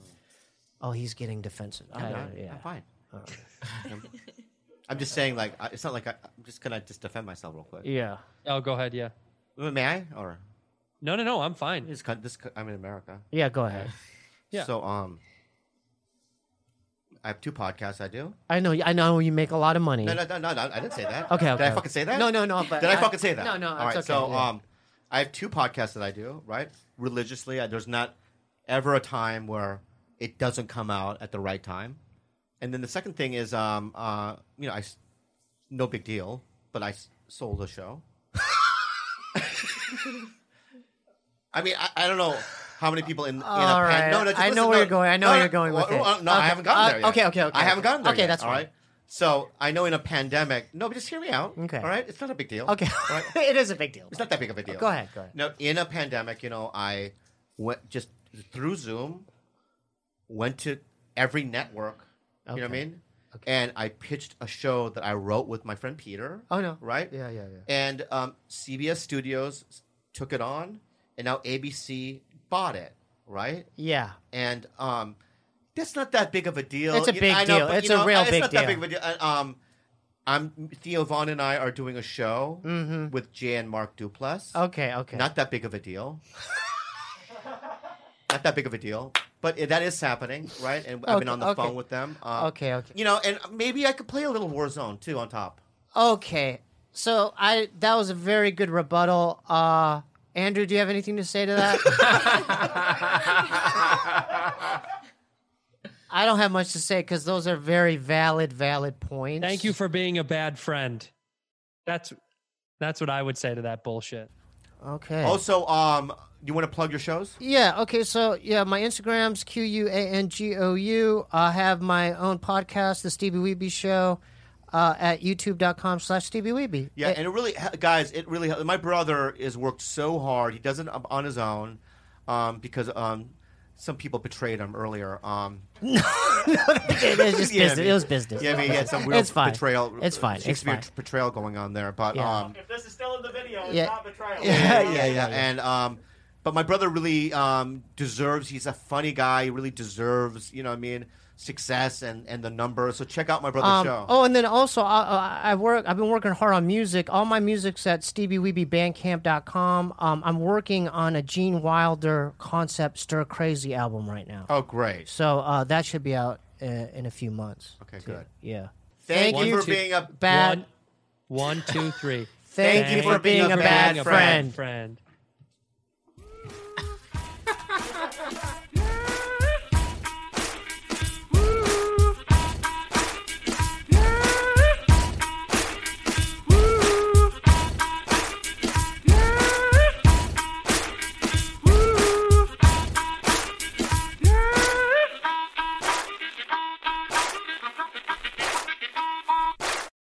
Oh, he's getting defensive. I
I'm,
don't- yeah.
I'm fine. Uh, I'm, I'm just saying, like, I- it's not like I, I'm just gonna just defend myself real quick.
Yeah.
Oh, go ahead. Yeah.
May I? Or
No, no, no. I'm fine.
this? coun- This coun- I'm in America,
Yeah, go ahead.
Yeah.
so um, I have two podcasts. I do.
I know I know you make a lot of money.
No, no, no, no, no. I didn't say that.
Okay,
Did I
okay.
fucking say that?
No, no, no, but
Did I,
I-
fucking say that?
No, no,
All
it's
right.
okay,
So,
yeah.
um, I have two podcasts that I do right religiously. I, there's not ever a time where it doesn't come out at the right time. And then the second thing is, um, uh, you know, I s- no big deal, but I s- sold a show. I mean, I, I don't know how many people in, in
All
a
right.
pan- no, no, just
I
listen,
know
no,
where you're going. I know
no,
where
no,
you're going with
no,
it.
no, I
Okay.
haven't gotten there
Uh,
yet.
okay, okay, okay.
I haven't gotten there.
Okay,
yet,
that's
all
fine.
right. So I know in a pandemic. No, but just hear me out.
Okay.
All right. It's not a big deal.
okay,
All right?
it is a big deal.
It's not that big of a deal.
Go ahead, go ahead.
No, in a pandemic, you know, I went just through Zoom, went to every network. You know what I
Okay.
mean? And I pitched a show that I wrote with my friend Peter.
Oh, no.
Right?
Yeah, yeah, yeah.
And um, CBS Studios took it on, and now ABC bought it. Right?
Yeah.
and um, that's not that big of a deal.
It's a
You-
big
I
deal.
but,
It's
you
a real
it's
big
not
deal.
That big of a deal. Uh, Um, I'm Theo Vaughn and I are doing a show with Jay and Mark Duplass.
Mm-hmm. Okay, okay.
Not that big of a deal. not that big of a deal, but it- that is happening, right? And I've been
Okay,
on the
okay.
phone with them. Um,
Okay, okay.
You know, and maybe I could play a little Warzone too on top.
Okay. So I that was a very good rebuttal. Uh Andrew, do you have anything to say to that? I don't have much to say because those are very valid, valid points.
Thank you for being a bad friend. That's that's what I would say to that bullshit.
Okay.
Also, um, you want to plug your shows?
Yeah. Okay. So yeah, my Instagram's Q U A N G O U. I have my own podcast, The Stevie Weeby Show, uh, at youtube.com slash Stevie Weeby.
Yeah, and it really, guys, it really. My brother has worked so hard. He does it up on his own um, because um, some people betrayed him earlier. Um,
it was just
Yeah, I
business.
mean-
it was business.
Yeah, I mean, he had some weird
It's fine.
betrayal.
It's fine. It's
Shakespeare
fine.
betrayal going on there, but
Yeah.
um,
If this is still in the video, it's
Yeah.
not betrayal.
yeah, yeah, yeah, and um, but my brother really um deserves. He's a funny guy. He really deserves. You know, what I mean, success and and the numbers. So check out my brother's
Um,
show.
oh, and then also, I, I- I work. I've been working hard on music. All my music's at stevieweebybandcamp.com. Um, I'm working on a Gene Wilder concept stir crazy album right now.
Oh, great.
So uh, that should be out uh, in a few months.
Okay, good.
Yeah.
Thank, you
you
for
two-
being a
Bad.
One, one, two, three.
Thank, you for being a bad friend.
friend.